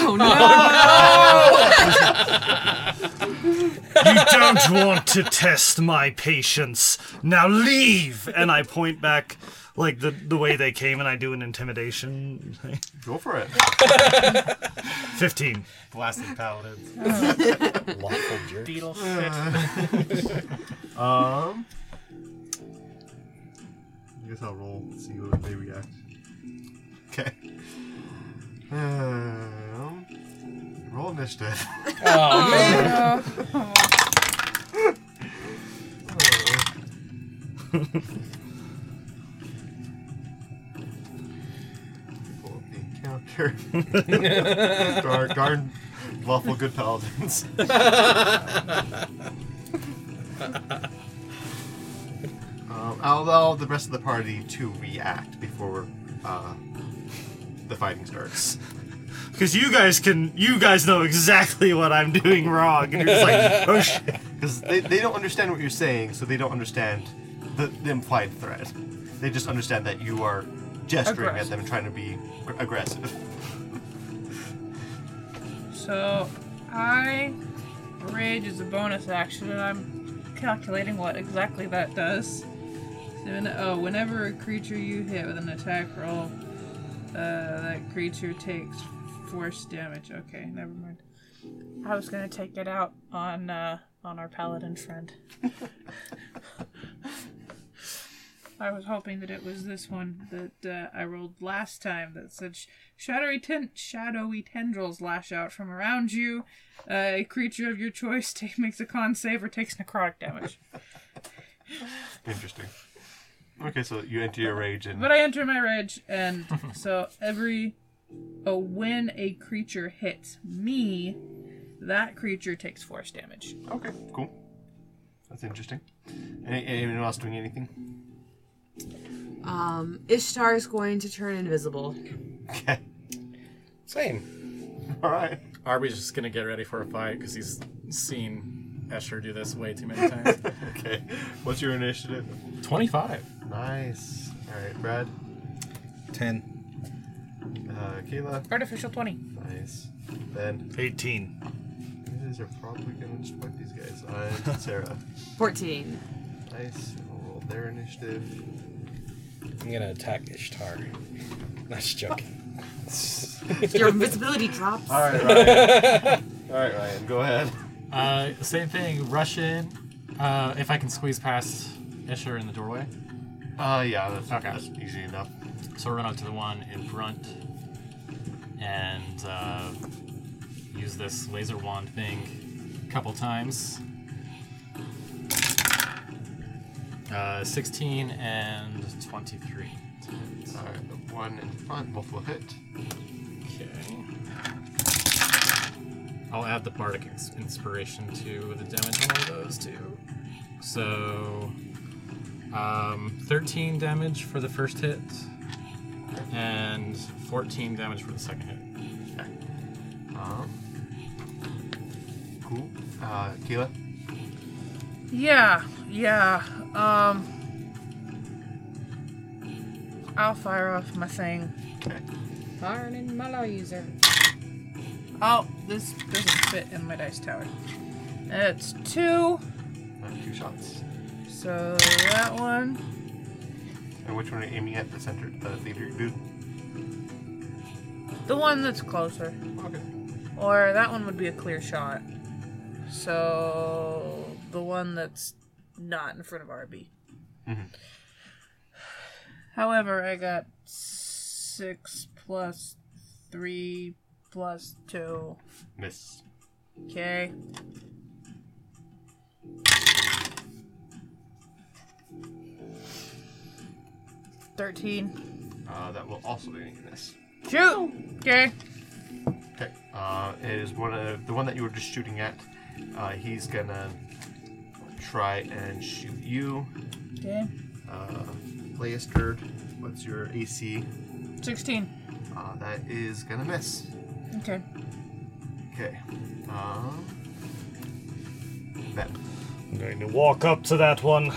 S5: Oh no! you don't want to test my patience. Now leave! And I point back, like the the way they came, and I do an intimidation.
S1: Go for it.
S5: Fifteen.
S7: Blasted paladins.
S3: Lawful jerk.
S4: Beetle shit.
S1: Um. I guess I'll roll, see what they react. Okay. Um, roll initiative. Pull up the encounter. darn, darn lawful good paladins. um, I'll allow the rest of the party to react before uh, the fighting starts.
S5: Because you guys can, you guys know exactly what I'm doing wrong, and you're just like, oh shit.
S1: Because they, they don't understand what you're saying, so they don't understand the, the implied threat. They just understand that you are gesturing at
S4: Aggressive.
S1: them and trying to be gr- aggressive.
S4: So, I rage is a bonus action, and I'm calculating what exactly that does. So, when- oh, whenever a creature you hit with an attack roll, uh, that creature takes force damage. Okay, never mind. I was gonna take it out on uh, on our paladin friend. I was hoping that it was this one that uh, I rolled last time that said sh- shadowy ten- shadowy tendrils lash out from around you. Uh, a creature of your choice take- makes a con save or takes necrotic damage.
S1: Interesting. Okay, so you enter your rage and.
S4: But I enter my rage, and so every oh, when a creature hits me, that creature takes force damage.
S1: Okay, cool. That's interesting. Any, anyone else doing anything?
S8: Um, Ishtar is going to turn invisible.
S1: Okay.
S3: Same.
S1: All right.
S7: Arby's just gonna get ready for a fight because he's seen Escher do this way too many times.
S1: Okay. What's your initiative?
S7: Twenty-five.
S1: Nice. All right, Brad.
S3: Ten.
S1: Uh, Kayla.
S4: Artificial twenty.
S1: Nice. Ben.
S5: 18.
S1: Uh, guys are probably gonna just wipe these guys. I Sarah.
S6: 14.
S1: Nice. and We'll roll their initiative.
S3: I'm gonna attack Ishtar. That's joking.
S6: Your invisibility drops.
S1: All right, Ryan. All right, Ryan. Go ahead.
S7: Uh, same thing. Rush in. Uh, if I can squeeze past Escher in the doorway.
S1: Uh, yeah, that's,
S7: Okay.
S1: that's easy enough.
S7: So run out to the one in front and uh, use this laser wand thing a couple times. Uh, 16 and 23.
S1: All right, the one in front, both will hit.
S7: Okay. I'll add the bardic ins- inspiration to the damage on one of those two. So, um, 13 damage for the first hit, and 14 damage for the second hit.
S1: Um, cool. Uh, Keela.
S4: Yeah, yeah. Um, I'll fire off my thing.
S6: Harden my law user.
S4: Oh, this doesn't fit in my dice tower. It's two.
S1: Uh, two shots.
S4: So that one.
S1: And which one are you aiming at? The center, the leader dude.
S4: The one that's closer.
S1: Okay.
S4: Or that one would be a clear shot. So the one that's not in front of RB. However, I got six plus three plus two.
S1: Miss.
S4: Okay. Thirteen.
S1: Uh, that will also be a miss.
S4: Shoot. Okay.
S1: Okay. Uh, it is one of the one that you were just shooting at. Uh, he's gonna try and shoot you.
S4: Okay.
S1: Uh, Leistard, what's your AC?
S4: Sixteen.
S1: Uh, that is gonna miss.
S4: Okay.
S1: Okay. Um. That.
S5: I'm going to walk up to that one.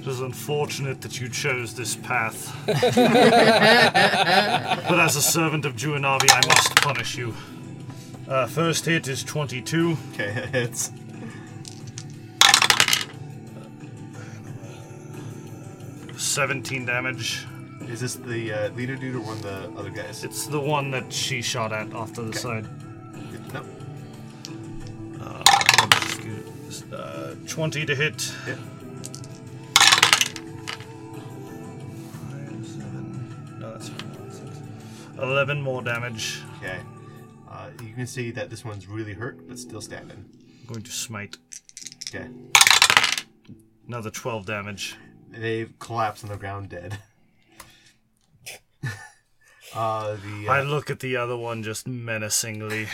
S5: It is unfortunate that you chose this path. but as a servant of Juanavi, I must punish you. Uh, first hit is 22.
S1: Okay, it hits.
S5: Seventeen damage.
S1: Is this the uh, leader dude or one of the other guys?
S5: It's the one that she shot at off to the side.
S1: Nope.
S5: Uh, Twenty to hit.
S1: Hit.
S5: Five, seven. No, that's five, six. Eleven more damage.
S1: Okay. Uh, you can see that this one's really hurt, but still standing.
S5: I'm going to smite.
S1: Okay.
S5: Another twelve damage.
S1: They've collapsed on the ground dead. uh, the
S5: I
S1: uh,
S5: look at the other one just menacingly.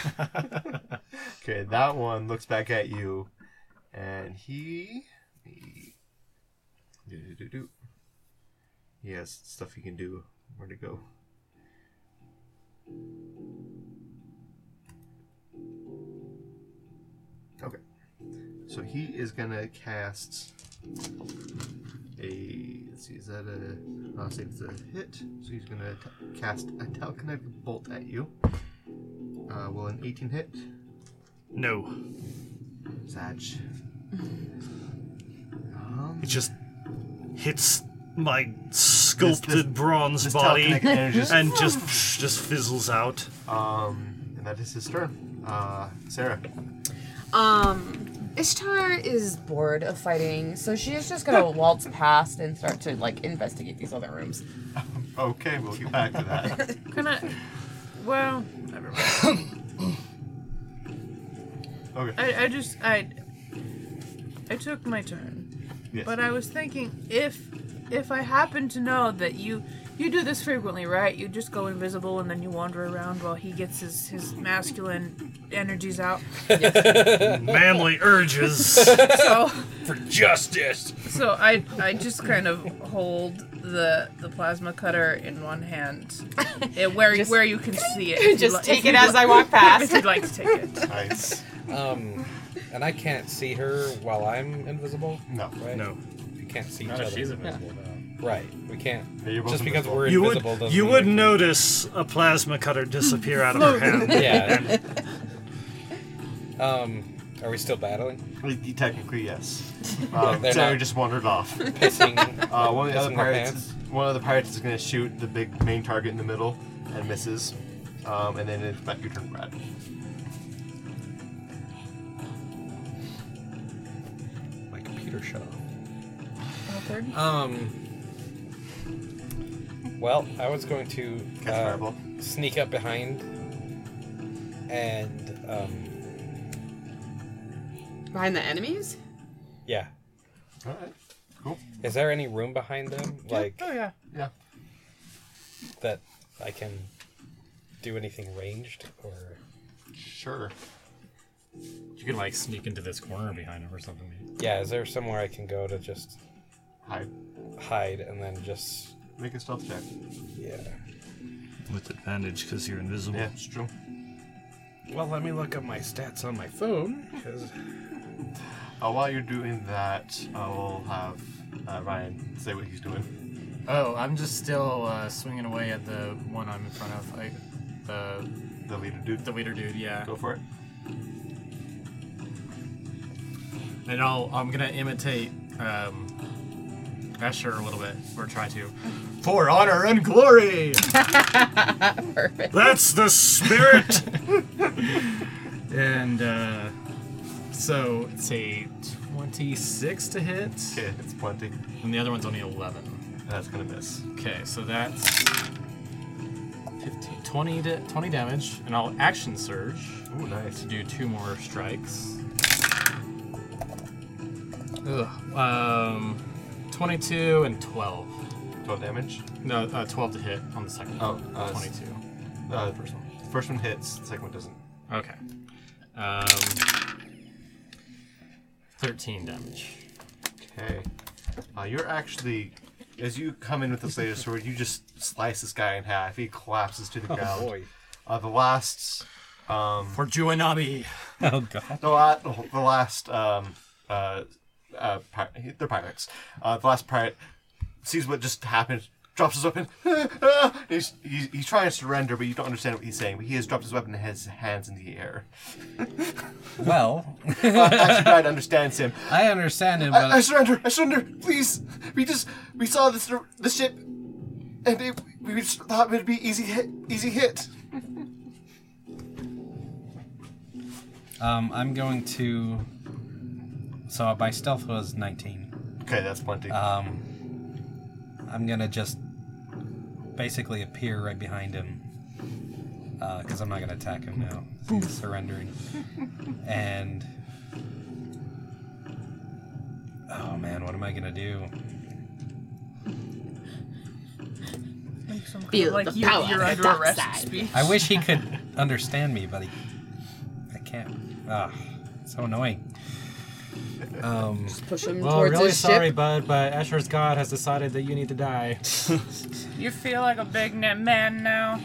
S1: okay, that one looks back at you, and he, he, do-do-do-do. he has stuff he can do. Where to go? Okay, so he is gonna cast a. Let's see, is that a? oh, I'll say it's a hit. So he's gonna t- cast a telekinetic bolt at you. Uh, will an 18 hit?
S5: No,
S1: Sag. Um,
S5: it just hits my
S1: this-
S5: sculpted bronze
S1: this
S5: body
S1: telekinetic energy is-
S5: and just just fizzles out.
S1: um, and that is his turn. Uh, Sarah.
S6: Um, Ishtar is bored of fighting, so she is just gonna waltz past and start to like investigate these other rooms.
S1: Okay, we'll get back to that.
S4: Can I? Well, never mind.
S1: Okay.
S4: I, I just I I took my turn,
S1: Yes.
S4: but I was thinking if if I happen to know that you you do this frequently, right? You just go invisible and then you wander around while he gets his his masculine energies out.
S5: Manly urges.
S4: So
S2: For justice!
S4: so I I just kind of hold the the plasma cutter in one hand, it, where where you can see it. if you'd li-
S8: Just
S4: if
S8: take
S4: you'd
S8: it as
S4: li-
S8: I walk
S4: If
S8: past.
S4: you'd like to take it,
S1: Nice.
S3: Um, and I can't see her while I'm invisible,
S1: No.
S3: right?
S5: no.
S3: We can't see each
S7: Not if
S3: other.
S7: Oh, she's invisible,
S3: Right. We can't.
S1: Yeah, you're both
S3: Just because
S1: invisible.
S3: we're
S5: You would
S3: invisible doesn't
S5: you
S3: mean
S5: would
S3: we can-
S5: notice a plasma cutter disappear out of her hand.
S3: Yeah. Um, are we still battling?
S1: Like, Technically, yes. Um,
S3: they're
S1: Sarah
S3: not-
S1: just wandered off.
S3: Pissing.
S1: Uh, one of the
S3: Pissing
S1: other
S3: their
S1: pirates, one of the pirates is gonna shoot the big main target in the middle and misses, um, and then it's back your turn, Brad.
S3: My computer shut off.
S4: All third?
S3: Um. Well, I was going to
S1: Catch
S3: uh,
S1: fireball.
S3: sneak up behind and um,
S6: Behind the enemies?
S3: yeah.
S1: All right, cool.
S3: Is there any room behind them, like
S4: Oh yeah.
S1: Yeah.
S3: that I can do anything ranged or?
S1: Sure.
S7: You could like sneak into this corner behind him or something.
S3: Yeah, is there somewhere I can go to just
S1: Hi.
S3: hide and then just
S1: Make a stealth check.
S3: yeah?
S5: With advantage because you're invisible.
S1: Yeah, it's true.
S3: Well, let me look up my stats on my phone because
S1: Uh, while you're doing that, I will have uh, Ryan say what he's doing.
S7: Oh, I'm just still uh, swinging away at the one I'm in front of, like the
S1: The leader dude.
S7: the leader dude. Yeah.
S1: Go for it.
S7: And I'll, I'm gonna imitate um, Escher a little bit, or try to. For honor and glory.
S6: Perfect.
S5: That's the spirit.
S7: and uh, so it's a 26 to hit,
S1: Okay, it's plenty.
S7: and the other one's only 11.
S1: That's gonna miss.
S7: Okay, so that's 15, 20 to 20 damage, and I'll action surge
S1: Ooh, nice.
S7: to do two more strikes. Ugh. Um, 22 and 12.
S1: 12 damage.
S7: No, uh, 12 to hit on the second
S1: Oh,
S7: one.
S1: uh,
S7: 22.
S1: Uh, first one. First one hits. The second one doesn't.
S7: Okay. Um, 13 damage.
S1: Okay. Uh, you're actually, as you come in with this laser sword, you just slice this guy in half. He collapses to the ground.
S3: boy.
S1: Uh, the last, um,
S7: For Juanabi.
S3: Oh god.
S1: the, la- the last, um, uh, uh, pir- they're pirates. Uh, the last pirate sees what just happened, drops his weapon. he's, he's, he's trying to surrender, but you don't understand what he's saying. But he has dropped his weapon and has his hands in the air.
S3: Well,
S1: Actually, Brad understands him.
S3: I understand him,
S1: I, I
S3: but
S1: surrender. I surrender. Please. We just we saw this the ship, and it, we just thought it'd be easy hit. Easy hit.
S3: um, I'm going to. So my stealth was 19.
S1: Okay, that's plenty.
S3: Um, I'm gonna just basically appear right behind him because I'm not gonna attack him now. He's surrendering, and oh man, what am I gonna do?
S4: Make some kind
S6: Feel
S4: of, like
S6: the
S4: you,
S6: power
S4: you're
S6: of
S4: under
S6: the dark
S4: arrest
S6: side.
S4: speech.
S3: I wish he could understand me, but he, I can't. Ah, so annoying. Um,
S6: Push him
S7: Well,
S6: towards
S7: Oh, really
S6: his
S7: sorry,
S6: ship.
S7: bud, but Escher's god has decided that you need to die.
S4: You feel like a big net man now.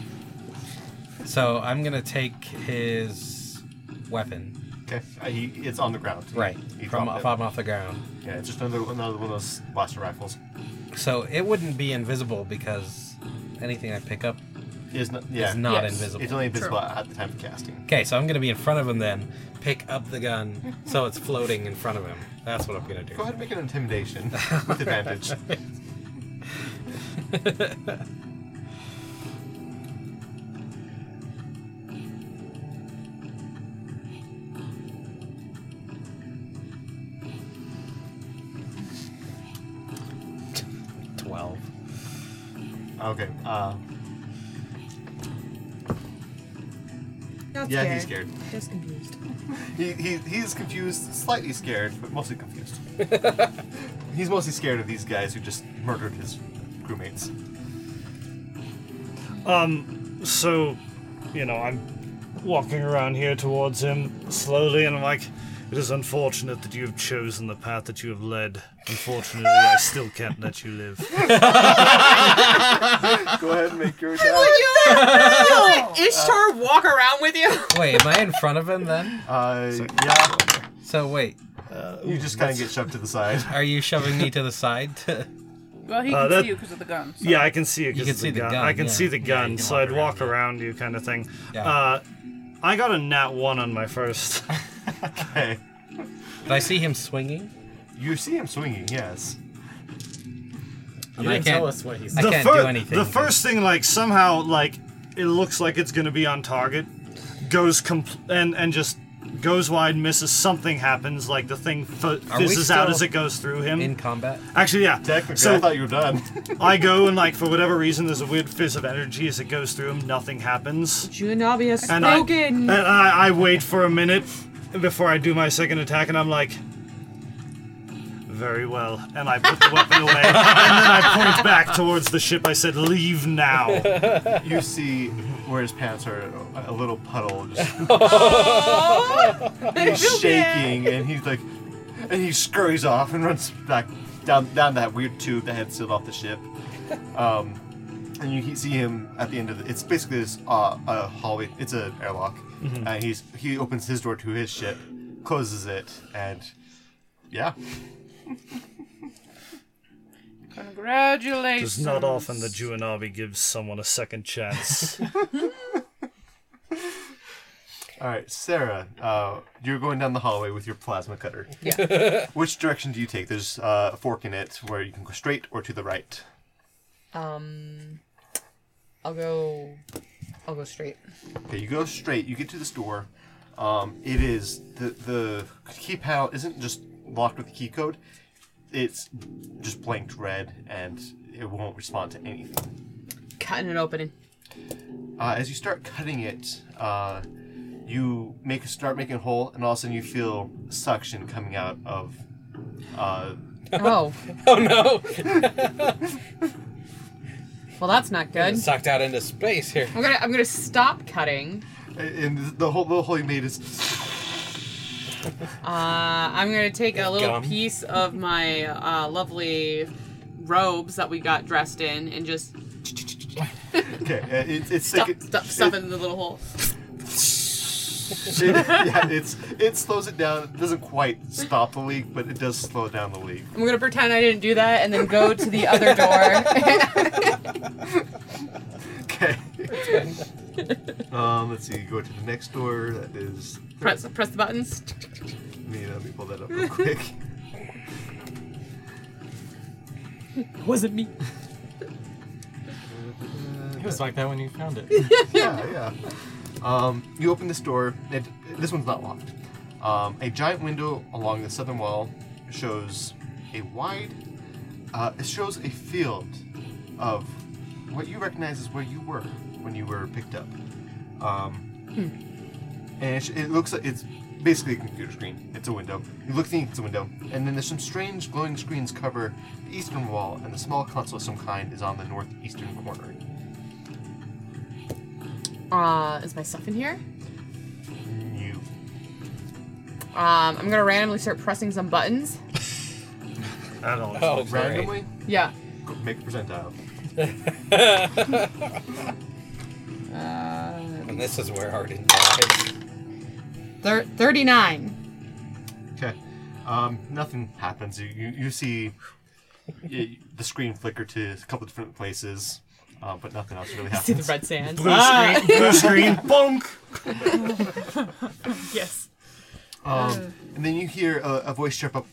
S3: so I'm gonna take his weapon.
S1: okay, uh, he, it's on the ground.
S3: Right
S1: He
S3: from
S1: dropped it.
S3: from off the ground.
S1: Yeah, it's just another another one of those blaster rifles.
S3: So it wouldn't be invisible because anything I pick up
S1: It's not. Yeah.
S3: is not
S4: Yes.
S3: invisible.
S1: It's only invisible at the time of casting.
S3: Okay, so I'm gonna be in front of him then, pick up the gun so it's floating in front of him. That's what I'm gonna do.
S1: Go ahead and make an intimidation with advantage.
S3: Twelve.
S1: Okay. Uh,
S8: Not
S1: yeah, he's scared.
S8: Just confused.
S1: He, he, he's confused, slightly scared, but mostly confused. he's mostly scared of these guys who just murdered his crewmates.
S5: Um, so, you know, I'm walking around here towards him slowly, and I'm like, it is unfortunate that you have chosen the path that you have led. Unfortunately, I still can't let you live.
S1: Go ahead and make your attack.
S6: Ishtar walk around with you?
S3: Wait, am I in front of him then?
S1: Uh, yeah.
S3: So wait,
S1: You just kind of get shoved to the side.
S3: are you shoving me to the side? To...
S4: Well, he
S5: Uh,
S4: can
S5: that-
S4: see you because of the guns.
S5: yeah, I can see it. 'cause
S3: can
S5: of
S3: see the
S5: gun.
S3: gun,
S5: I can
S3: yeah.
S5: see the gun,
S7: can
S5: so
S7: walk
S5: I'd walk around you, kind of thing.
S3: Yeah.
S5: Uh, I got a nat one on my first.
S1: Okay.
S3: Did I see him swinging?
S1: You see him swinging, yes.
S7: You
S3: I
S7: didn't tell
S3: can't-
S7: us what he's.
S3: I
S5: the
S3: can't
S5: fir-
S3: do anything.
S5: The first thing, like somehow, like it looks like it's gonna be on target, goes compl- and and just goes wide, misses. Something happens, like the thing f-
S3: Are we
S5: fizzes out
S3: still
S5: as it goes through him.
S3: in combat.
S5: Actually, yeah.
S1: Technically, I
S5: so
S1: thought you were done.
S5: I go and like for whatever reason, there's a weird fizz of energy as it goes through him. Nothing happens.
S6: Junabi has
S5: And I,
S6: spoken.
S5: and I, I wait for a minute before I do my second attack, and I'm like, very well. And I put the weapon away, and then I point back towards the ship. I said, leave now.
S1: you see where his pants are a little puddle, just he's shaking, and he's like, and he scurries off and runs back down down that weird tube that had sealed off the ship. Um, and you he- see him at the end of the, it's basically this uh, a hallway. It's an airlock, and he's he opens his door to his ship, closes it, and yeah,
S4: Congratulations.
S5: It's not often the Juanabi gives someone a second chance.
S1: All right, Sarah, uh, you're going down the hallway with your plasma cutter. Yeah. Which direction do you take? There's uh, a fork in it where you can go straight or to the right.
S6: Um, I'll go. I'll go straight.
S1: Okay, you go straight. You get to this door. Um, it is the the key panel isn't just locked with a key code. It's just blanked red, and it won't respond to anything.
S6: Cutting it open.
S1: uh, as you start cutting it, uh, you make start making a hole, and all of a sudden you feel suction coming out of. Uh,
S6: Oh,
S3: Oh no!
S6: well, that's not good.
S3: Sucked out into space here.
S4: Oh,
S6: I'm gonna. I'm gonna stop cutting.
S1: and the whole little hole you made is.
S6: Uh, I'm gonna take a little
S3: gum.
S6: piece of my uh, lovely robes that we got dressed in and just
S1: Okay, uh, it, it's
S6: stuff,
S1: sticking-
S6: stuff, stuff it in the little hole.
S1: it- yeah, it's it slows it down. It doesn't quite stop the leak, but it does slow down the leak.
S6: I'm gonna pretend I didn't do that and then go to the other door.
S1: Okay. um, let's see. Go to the next door. That is.
S6: press, press the buttons.
S1: Let me, let me pull that up real quick.
S7: wasn't me. It was like that when you found it.
S1: yeah, yeah. Um, you open this door. It, this one's not locked. Um, a giant window along the southern wall shows a wide. Uh, it shows a field of what you recognize as where you were when you were picked up. Um, And it, sh- it looks like it's basically a computer screen. It's a window. You look think it's a window, and then there's some strange glowing screens cover the eastern wall, and the small console of some kind is on the northeastern corner.
S6: Uh, is my stuff in here?
S1: You
S6: Um, I'm gonna randomly start pressing some buttons.
S5: that always
S3: Oh,
S5: works.
S3: randomly.
S1: randomly
S6: Yeah.
S1: go- make a percentile.
S6: Uh,
S3: And this is where Arden dies.
S6: thir- 39.
S1: Okay. Um, nothing happens. You you, you see y the screen flicker to a couple different places, uh, but nothing else really
S6: See the
S1: happens.
S6: red sands.
S5: Blue screen, blue screen, bonk.
S6: Yes.
S1: Um, and then you hear a, a voice chirp up,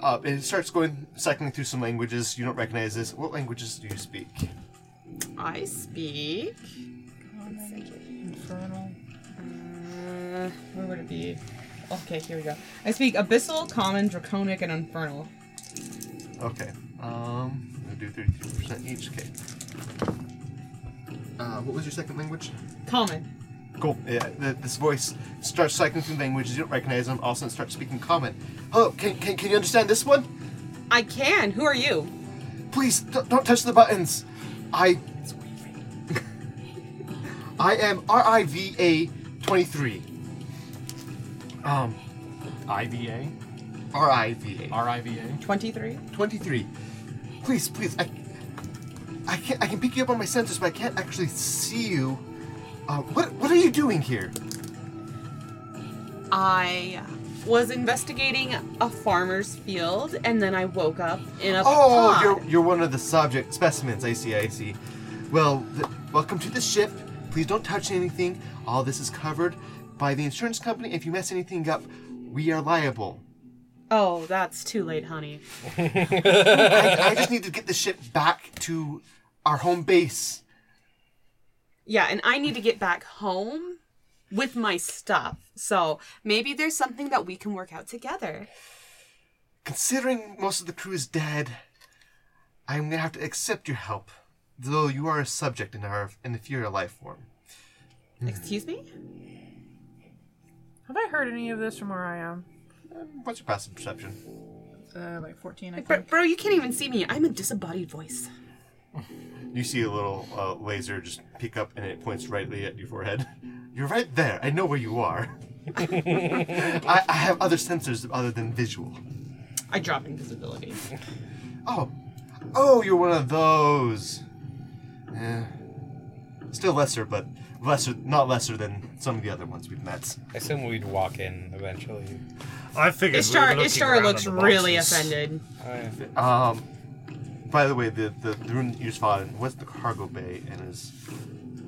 S1: up, and it starts going cycling through some languages. You don't recognize this. What languages do you speak?
S6: I speak.
S4: Infernal.
S6: Uh, where would it be? Okay, here we go. I speak abyssal, common, draconic, and infernal.
S1: Okay. Um, we'll do thirty-three percent each. Okay. Uh, what was your second language?
S6: Common.
S1: Cool. Yeah, th this voice starts cycling through languages you don't recognize them. Also, it starts speaking common. Hello, can, can, can you understand this one?
S6: I can. Who are you?
S1: Please don't, don't touch the buttons. I. I am RIVA 23. Um,
S7: IVA,
S1: RIVA
S7: RIVA.
S6: 23.
S1: 23. Please, please, I. I can I can pick you up on my sensors, but I can't actually see you. Uh, what what are you doing here?
S6: I was investigating a farmer's field and then I woke up in a
S1: Oh,
S6: pod.
S1: you're, you're one of the subject specimens. I see, I see. Well, th- welcome to the ship. Please don't touch anything. All this is covered by the insurance company. If you mess anything up, We are liable.
S6: Oh, that's too late, honey.
S1: I, I just need to get the ship back to our home base.
S6: Yeah, and I need to get back home with my stuff. So maybe there's something that we can work out together.
S1: Considering most of the crew is dead, I'm gonna have to accept your help, though you are a subject in our inferior life form.
S6: Excuse me?
S4: Have I heard any of this from where I am?
S1: Um, What's your passive perception?
S4: Uh, like 14, I
S6: Bro,
S4: think.
S6: bro, you can't even see me. I'm a disembodied voice.
S1: You see a little uh, laser just peek up, and it points rightly at your forehead. You're right there. I know where you are. I, I have other sensors other than visual.
S6: I drop invisibility.
S1: Oh, oh, you're one of those. Yeah. Still lesser, but lesser, not lesser than some of the other ones we've met.
S3: I assume we'd walk in eventually.
S5: I figured. we
S6: Ishtar,
S5: were looking
S6: Ishtar
S5: around
S6: looks
S5: in the
S6: really
S5: boxes.
S6: offended.
S1: Um, by the way, the, the, the room that you just found was the cargo bay and is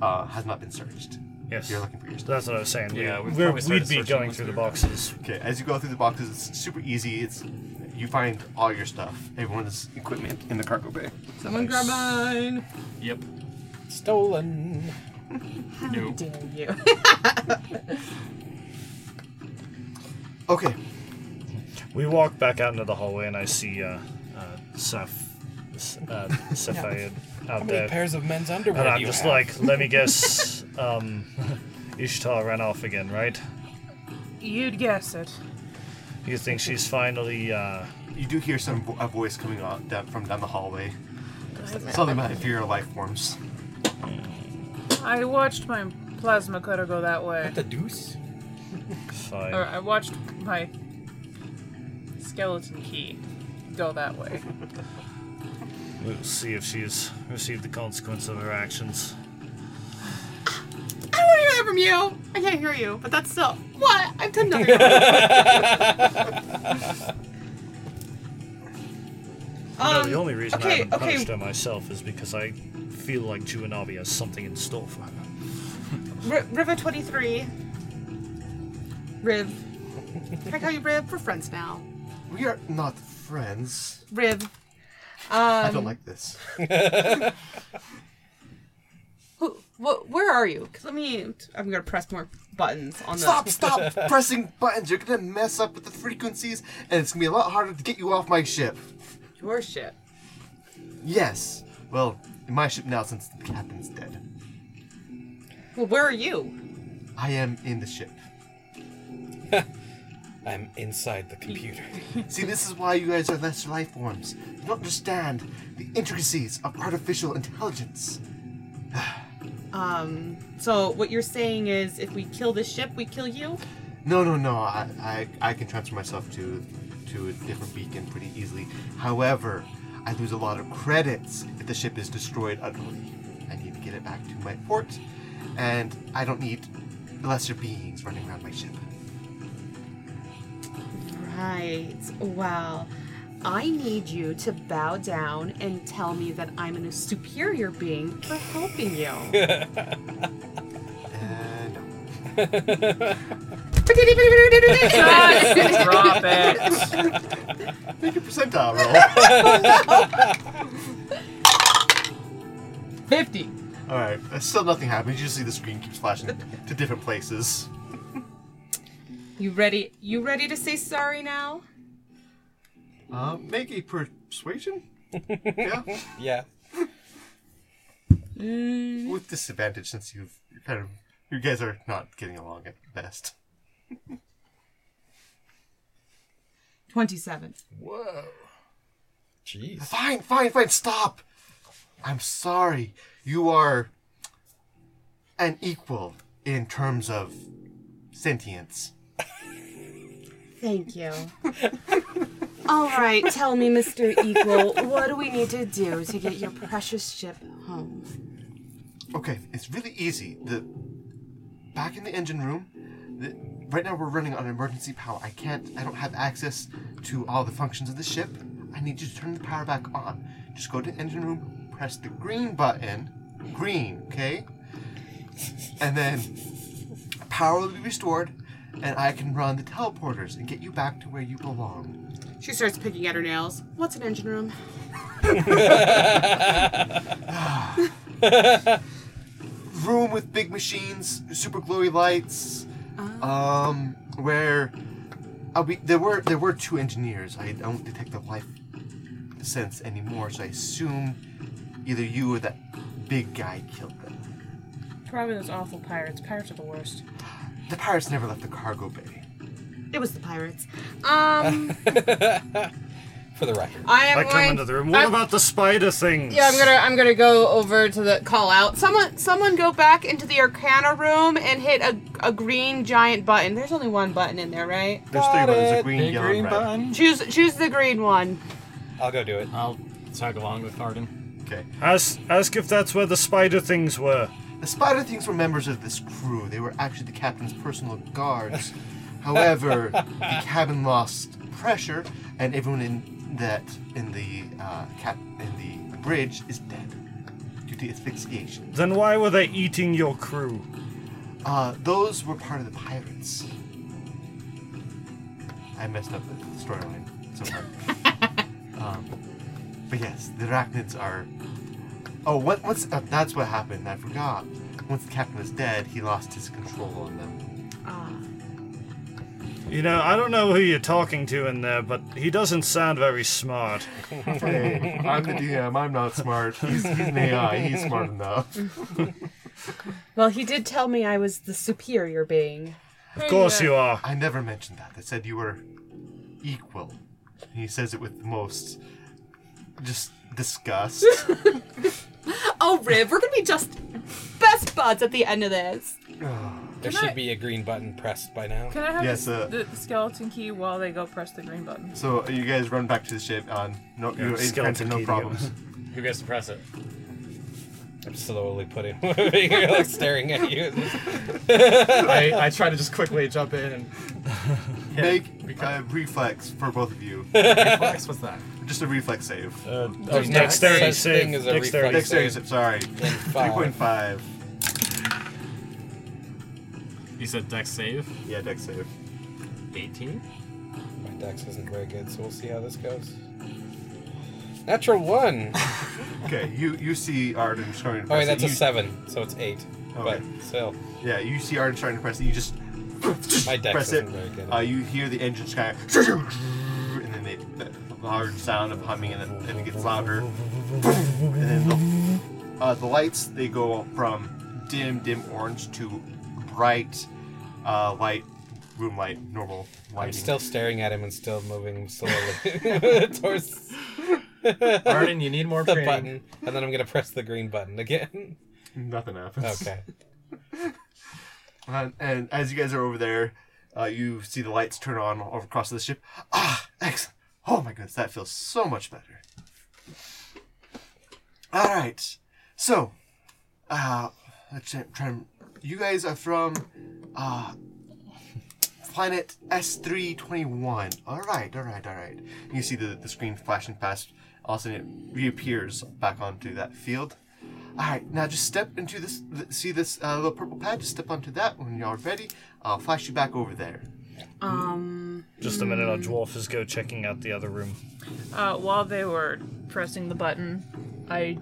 S1: uh, has not been searched.
S5: Yes.
S1: You're looking for your stuff.
S5: That's what I was saying.
S7: Yeah,
S5: we,
S7: we've
S5: we're,
S7: probably started
S5: we'd be
S7: searching
S5: going
S7: once
S5: through the
S7: we were done.
S5: boxes.
S1: Okay, as you go through the boxes, it's super easy. It's you find all your stuff, everyone's equipment in the cargo bay.
S6: Someone grab mine.
S7: Yep.
S3: Stolen.
S7: No.
S6: Dare you.
S1: Okay,
S5: We walk back out into the hallway, and I see uh, uh, Seth, uh, Cepheid out there.
S3: of men's underwear
S5: And I'm just like, let me guess, um, Ishtar ran off again, right?
S4: You'd guess it.
S5: You think she's finally, uh,
S1: you do hear some vo- a voice coming out down, from down the hallway. Something about inferior life forms.
S4: I watched my plasma cutter go that way.
S3: the deuce?
S5: fine.
S4: Or I watched my skeleton key go that way.
S5: We'll see if she's received the consequence of her actions.
S6: I don't want to hear that from you. I can't hear you, but that's still. What? I've done nothing. wrong.
S5: No,
S6: Um,
S5: the only reason I
S6: okay,
S5: haven't
S6: okay.
S5: punished her myself is because I feel like Juanabi has something in store for her.
S6: R- River 23. Riv. Can I call you Riv? We're friends now.
S1: We are not friends.
S6: Riv. Um,
S1: I don't like this.
S6: who, wh- where are you? 'Cause let me. I'm going to press more buttons on the.
S1: Stop, stop pressing buttons. You're gonna mess up with the frequencies, and it's gonna be a lot harder to get you off my ship.
S6: Your ship.
S1: Yes. Well, in my ship now since the captain's dead.
S6: Well, where are you?
S1: I am in the ship.
S3: I'm inside the computer.
S1: See, this is why you guys are lesser life forms. You don't understand the intricacies of artificial intelligence.
S6: So, what you're saying is if we kill the ship, we kill you?
S1: No, no, no. I, I, I can transfer myself to, to a different beacon pretty easily. However, I lose a lot of credits if the ship is destroyed utterly. I need to get it back to my port, and I don't need lesser beings running around my ship.
S6: Right. Well, I need you to bow down and tell me that I'm a superior being for helping you.
S1: And no.
S4: Drop it.
S1: make a percentile roll.
S6: 50.
S1: All right, uh, still nothing happens. You just see the screen keeps flashing to different places.
S6: You ready? You ready to say sorry now?
S1: Uh, make a persuasion. yeah,
S3: yeah.
S1: with disadvantage since you've you're kind of you guys are not getting along at best.
S6: 27.
S1: Whoa.
S3: Jeez.
S1: Fine, fine, fine. Stop. I'm sorry. You are an equal in terms of sentience.
S6: Thank you. All right, tell me, Mr. Equal, what do we need to do to get your precious ship home?
S1: Okay, it's really easy. The back in the engine room. The, right now we're running on emergency power. I can't. I don't have access to all the functions of the ship. I need you to turn the power back on. Just go to the engine room, press the green button, green, okay, and then power will be restored. and I can run the teleporters and get you back to where you belong.
S9: She starts picking at her nails. What's an engine room?
S1: Room with big machines, super glowy lights, um, where uh, we, there were there were two engineers. I don't detect the life sense anymore, so I assume either you or that big guy killed them.
S4: Probably those awful pirates. Pirates are the worst.
S1: The pirates never left the cargo bay.
S9: It was the pirates. Um,
S3: For the record.
S8: I am
S5: I come
S8: going.
S5: into the room. What
S8: I'm-
S5: about the spider things?
S8: yeah, I'm gonna I'm gonna go over to the call out. Someone someone go back into the Arcana room and hit a, a green giant button. There's only one button in there, right?
S1: There's three buttons: a
S3: it.
S1: green,
S7: Big
S1: yellow, and
S7: green
S1: red.
S7: button.
S8: Choose choose the green one.
S3: I'll go do it.
S7: I'll tag along with Arden.
S1: Okay.
S5: Ask, ask if that's where the spider things were.
S1: The spider things were members of this crew. They were actually the captain's personal guards. However, the cabin lost pressure, and everyone in that in the uh, cap in the bridge is dead due to asphyxiation.
S5: Then why were they eating your crew?
S1: Uh, those were part of the pirates. I messed up the storyline somewhere. um, but yes, the arachnids are. Oh, what, what's uh, that's what happened. I forgot. Once the captain was dead, he lost his control on them.
S5: You know, I don't know who you're talking to in there, but he doesn't sound very smart.
S1: Hey, I'm the DM. I'm not smart. He's, he's an AI. He's smart enough.
S6: Well, he did tell me I was the superior being.
S5: Of course you are.
S1: I never mentioned that. I said you were equal. He says it with the most just disgust.
S8: Oh, Riv, we're gonna be just best buds at the end of this.
S3: There
S4: Can I-
S3: should be a green button pressed by now.
S4: Can I have
S1: Yes,
S4: the-
S1: uh,
S4: the skeleton key while they go press the green button?
S1: so you guys run back to the ship on no, you're in front
S5: skeleton
S1: of no
S5: key to
S1: problems.
S7: Who gets to press it?
S3: I'm slowly putting You're like staring at you.
S7: I, I try to just quickly jump in and
S1: Make a reflex for both of you.
S7: reflex. What's that?
S1: Just a reflex save.
S3: There's no
S5: dexterity
S3: such
S5: save.
S3: thing as a
S5: Dexterity.
S3: reflex
S1: Dexterity save.
S3: save.
S1: Sorry.
S3: And
S1: Three point
S3: five.
S1: five.
S7: You said deck save.
S1: Yeah, dex save.
S7: 18.
S3: My dex isn't very good, so we'll see how this goes. Natural one.
S1: Okay, you you see Arden starting to
S3: Oh,
S1: press
S3: wait, that's
S1: it.
S3: a
S1: You-
S3: seven, so it's eight.
S1: Okay.
S3: But still,
S1: Yeah, you see Arden starting to press it. You just
S3: my dex
S1: press it.
S3: isn't very good.
S1: Uh, you hear the engines kind of, and then they, the large sound of humming, and then and it gets louder. And then the, uh, the lights they go from dim, dim orange to bright uh, light, room light, normal lighting.
S3: I'm still staring at him and still moving slowly towards
S7: Arden, you need more
S3: the
S7: training.
S3: button, and then I'm gonna press the green button again.
S1: nothing happens.
S3: Okay.
S1: And, and as you guys are over there, uh, you see the lights turn on over across the ship. Ah, excellent. Oh my goodness, that feels so much better. All right. So, uh, let's try- try and- you guys are from uh, planet S321. All right, all right, all right. You see the, the screen flashing past. All of a sudden, it reappears back onto that field. All right, now just step into this. th- See this uh, little purple pad? Just step onto that when you're ready. I'll flash you back over there.
S5: Just a minute, our dwarf is go checking out the other room.
S4: Uh, while they were pressing the button, I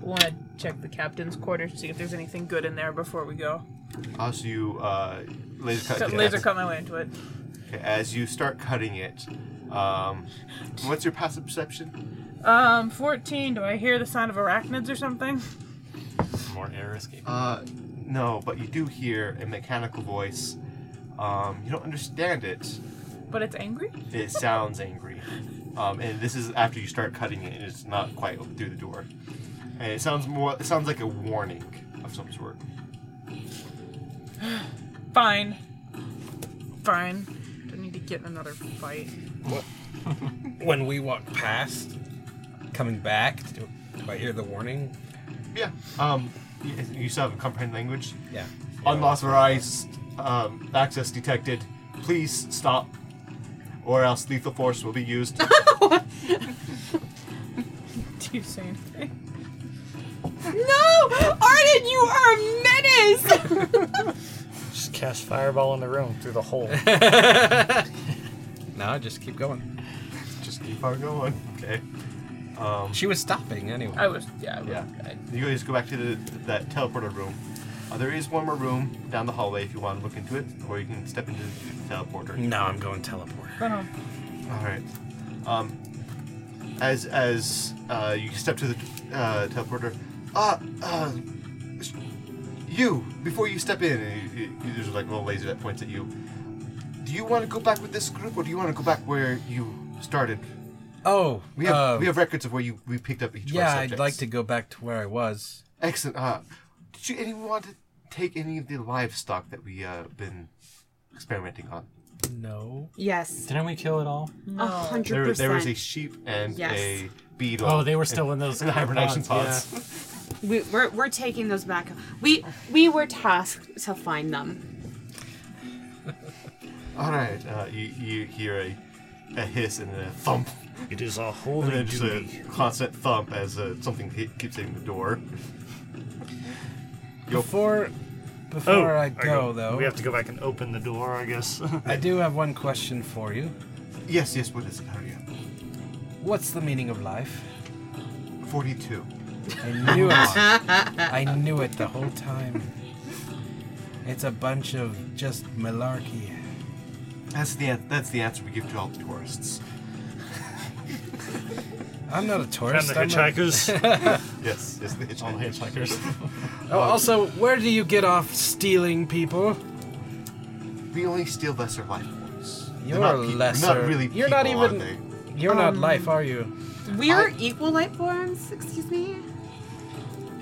S4: want to check the captain's quarters to see if there's anything good in there before we go.
S1: Also, you uh, laser cut.
S4: Cut,
S1: the
S4: Laser
S1: cap.
S4: cut my way into it.
S1: Okay, As you start cutting it, um, what's your passive perception?
S4: Um, 14. Do I hear the sound of arachnids or something?
S7: More air escape.
S1: Uh, no, but you do hear a mechanical voice. Um, you don't understand it.
S4: But it's angry?
S1: It sounds angry. Um, and this is after you start cutting it, and it's not quite through the door. And it sounds more. It sounds like a warning of some sort.
S4: Fine. Fine. Don't need to get in another fight.
S3: When we walk past, coming back, do, do I hear the warning?
S1: Yeah. Um, you, you still haven't comprehend language.
S3: Yeah.
S1: Unauthorized um, access detected. Please stop, or else lethal force will be used.
S4: Do you say anything?
S8: No, Arden, you are a menace.
S5: Just cast fireball in the room through the hole.
S3: No, just keep going.
S1: Just keep on going. Okay. Um,
S3: She was stopping anyway.
S1: Uh,
S4: I was, yeah. I was,
S1: yeah.
S4: I-
S1: You guys go back to the, that teleporter room. Uh, there is one more room down the hallway if you want to look into it, or you can step into the teleporter.
S3: No, I'm going teleport.
S4: Go home.
S1: All right. Um, as as uh, you step to the uh, teleporter, ah, uh, you before you step in, and you, you, there's like a little laser that points at you. Do you want to go back with this group, or do you want to go back where you started?
S3: Oh,
S1: We have
S3: uh,
S1: we have records of where you we picked up each. of our
S3: yeah, I'd
S1: subjects.
S3: like to go back to where I was.
S1: Excellent. Uh, did you anyone want to take any of the livestock that we uh been experimenting on?
S3: No.
S9: Yes.
S7: Didn't we kill it all?
S9: A hundred
S1: There,
S9: percent.
S1: there was a sheep and
S9: Yes.
S1: a beetle.
S7: Oh, they were still in those
S1: and hibernation pods.
S9: we, we're, we're taking those back. We we were tasked to find them.
S1: All right. Uh, you, you hear a, a hiss and a thump,
S5: It is our
S1: and
S5: holy
S1: then just a
S5: duty.
S1: constant thump as uh, something hit, keeps hitting the door. Yo-
S3: Before before I go, though,
S5: Oh, We have to go back and open the door, I guess.
S3: I do have one question for you.
S1: Yes, yes. What is it? Hurry up.
S3: What's the meaning of life?
S1: Forty-two.
S3: I knew it. I knew it the whole time. It's a bunch of just malarkey.
S1: That's the an- that's the answer we give to all tourists.
S3: I'm not a
S5: and
S3: tourist.
S5: the
S3: I'm a-
S5: hitchhikers.
S1: Yes, yes. The
S7: All
S1: hitchhikers.
S7: hitchhikers.
S3: Oh, also, where do you get off stealing people?
S1: We only steal lesser life forms. They're
S3: You're
S1: not peop-
S3: lesser.
S1: Not really.
S3: You're not
S1: people, are
S3: even-
S1: they?
S3: You're not life, are you?
S9: We are equal light forms. Excuse me.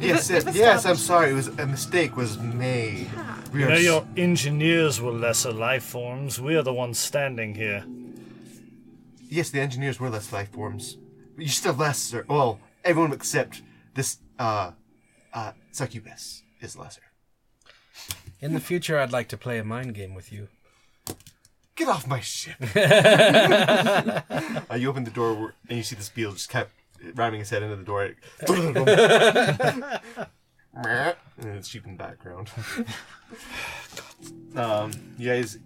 S1: Yes,
S9: it-
S1: yes,
S9: if
S1: yes. I'm
S9: established-
S1: sorry. It was a mistake was made. We
S5: you
S1: are
S5: know,
S1: s-
S5: your engineers were lesser life forms. We are the ones standing here.
S1: Yes, the engineers were less life forms. You still lesser. Well, everyone except this uh, uh, succubus is lesser.
S3: In the future, I'd like to play a mind game with you.
S1: Get off my ship! uh, you open the door where- and you see this beetle just kept ramming his head into the door. and it's sheep in the background. um, you guys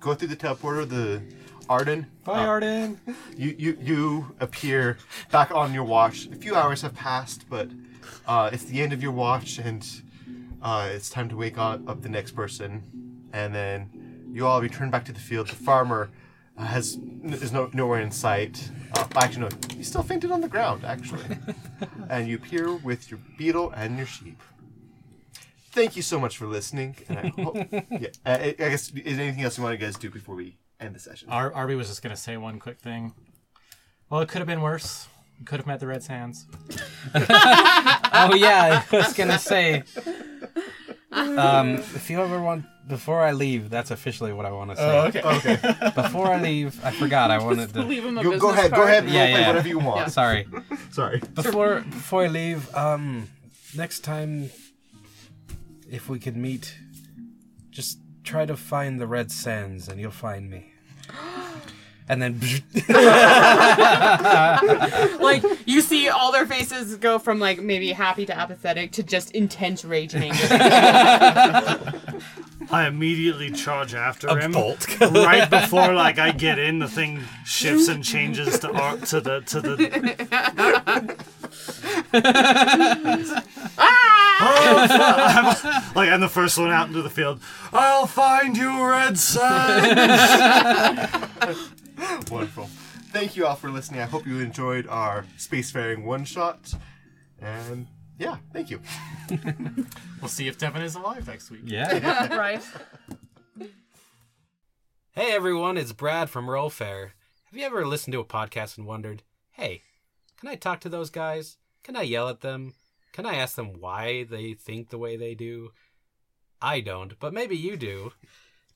S1: go through the teleporter. The Arden
S7: Bye,
S3: Oh.
S7: Arden.
S1: you, you you appear back on your watch. A few hours have passed, but uh, it's the end of your watch, and uh, it's time to wake on, up the next person. And then you all return back to the field. The farmer uh, has n- is no, nowhere in sight. Uh, actually, no, he's still fainted on the ground. Actually, and you appear with your beetle and your sheep. Thank you so much for listening. And I hope, yeah, I, I guess is there anything else you want you guys to do before we end the session?
S7: Ar- Arby was just gonna say one quick thing. Well, it could have been worse. We could have met the Red's hands.
S3: Oh yeah, I was gonna say. Um, if you ever want, before I leave, that's officially what I want to say.
S7: Oh, okay.
S1: Okay.
S3: Before I leave, I forgot I wanted to.
S4: Leave him a
S1: You go
S4: business
S1: ahead, go
S4: card.
S1: ahead, and
S3: Yeah,
S1: roleplay
S3: yeah.
S1: whatever you want.
S3: Sorry.
S1: Sorry.
S3: Before before I leave, um, next time, if we could meet, just try to find the red sands, and you'll find me. And then,
S8: like you see all their faces go from like maybe happy to apathetic to just intense rage and anger.
S5: I immediately charge after him.
S3: bolt.
S5: right before like I get in, the thing shifts and changes to ar- to the to the. I'll fi- I'm- like I'm the first one out into the field. I'll find you, Red Sun.
S1: Wonderful. Thank you all for listening. I hope you enjoyed our spacefaring one shot. And yeah, thank you.
S7: We'll see if Devin is alive next week.
S3: yeah.
S4: Right.
S3: Hey everyone, it's Brad from Rollfair. Have you ever listened to a podcast and wondered, hey, can I talk to those guys? Can I yell at them? Can I ask them why they think the way they do? I don't, but maybe you do,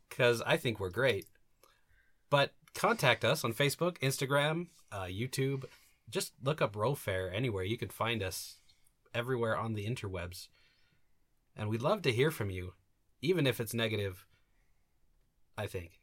S3: because I think we're great. But contact us on Facebook, Instagram, uh, YouTube. Just look up Rollfair anywhere. You can find us everywhere on the interwebs. And we'd love to hear from you, even if it's negative, I think.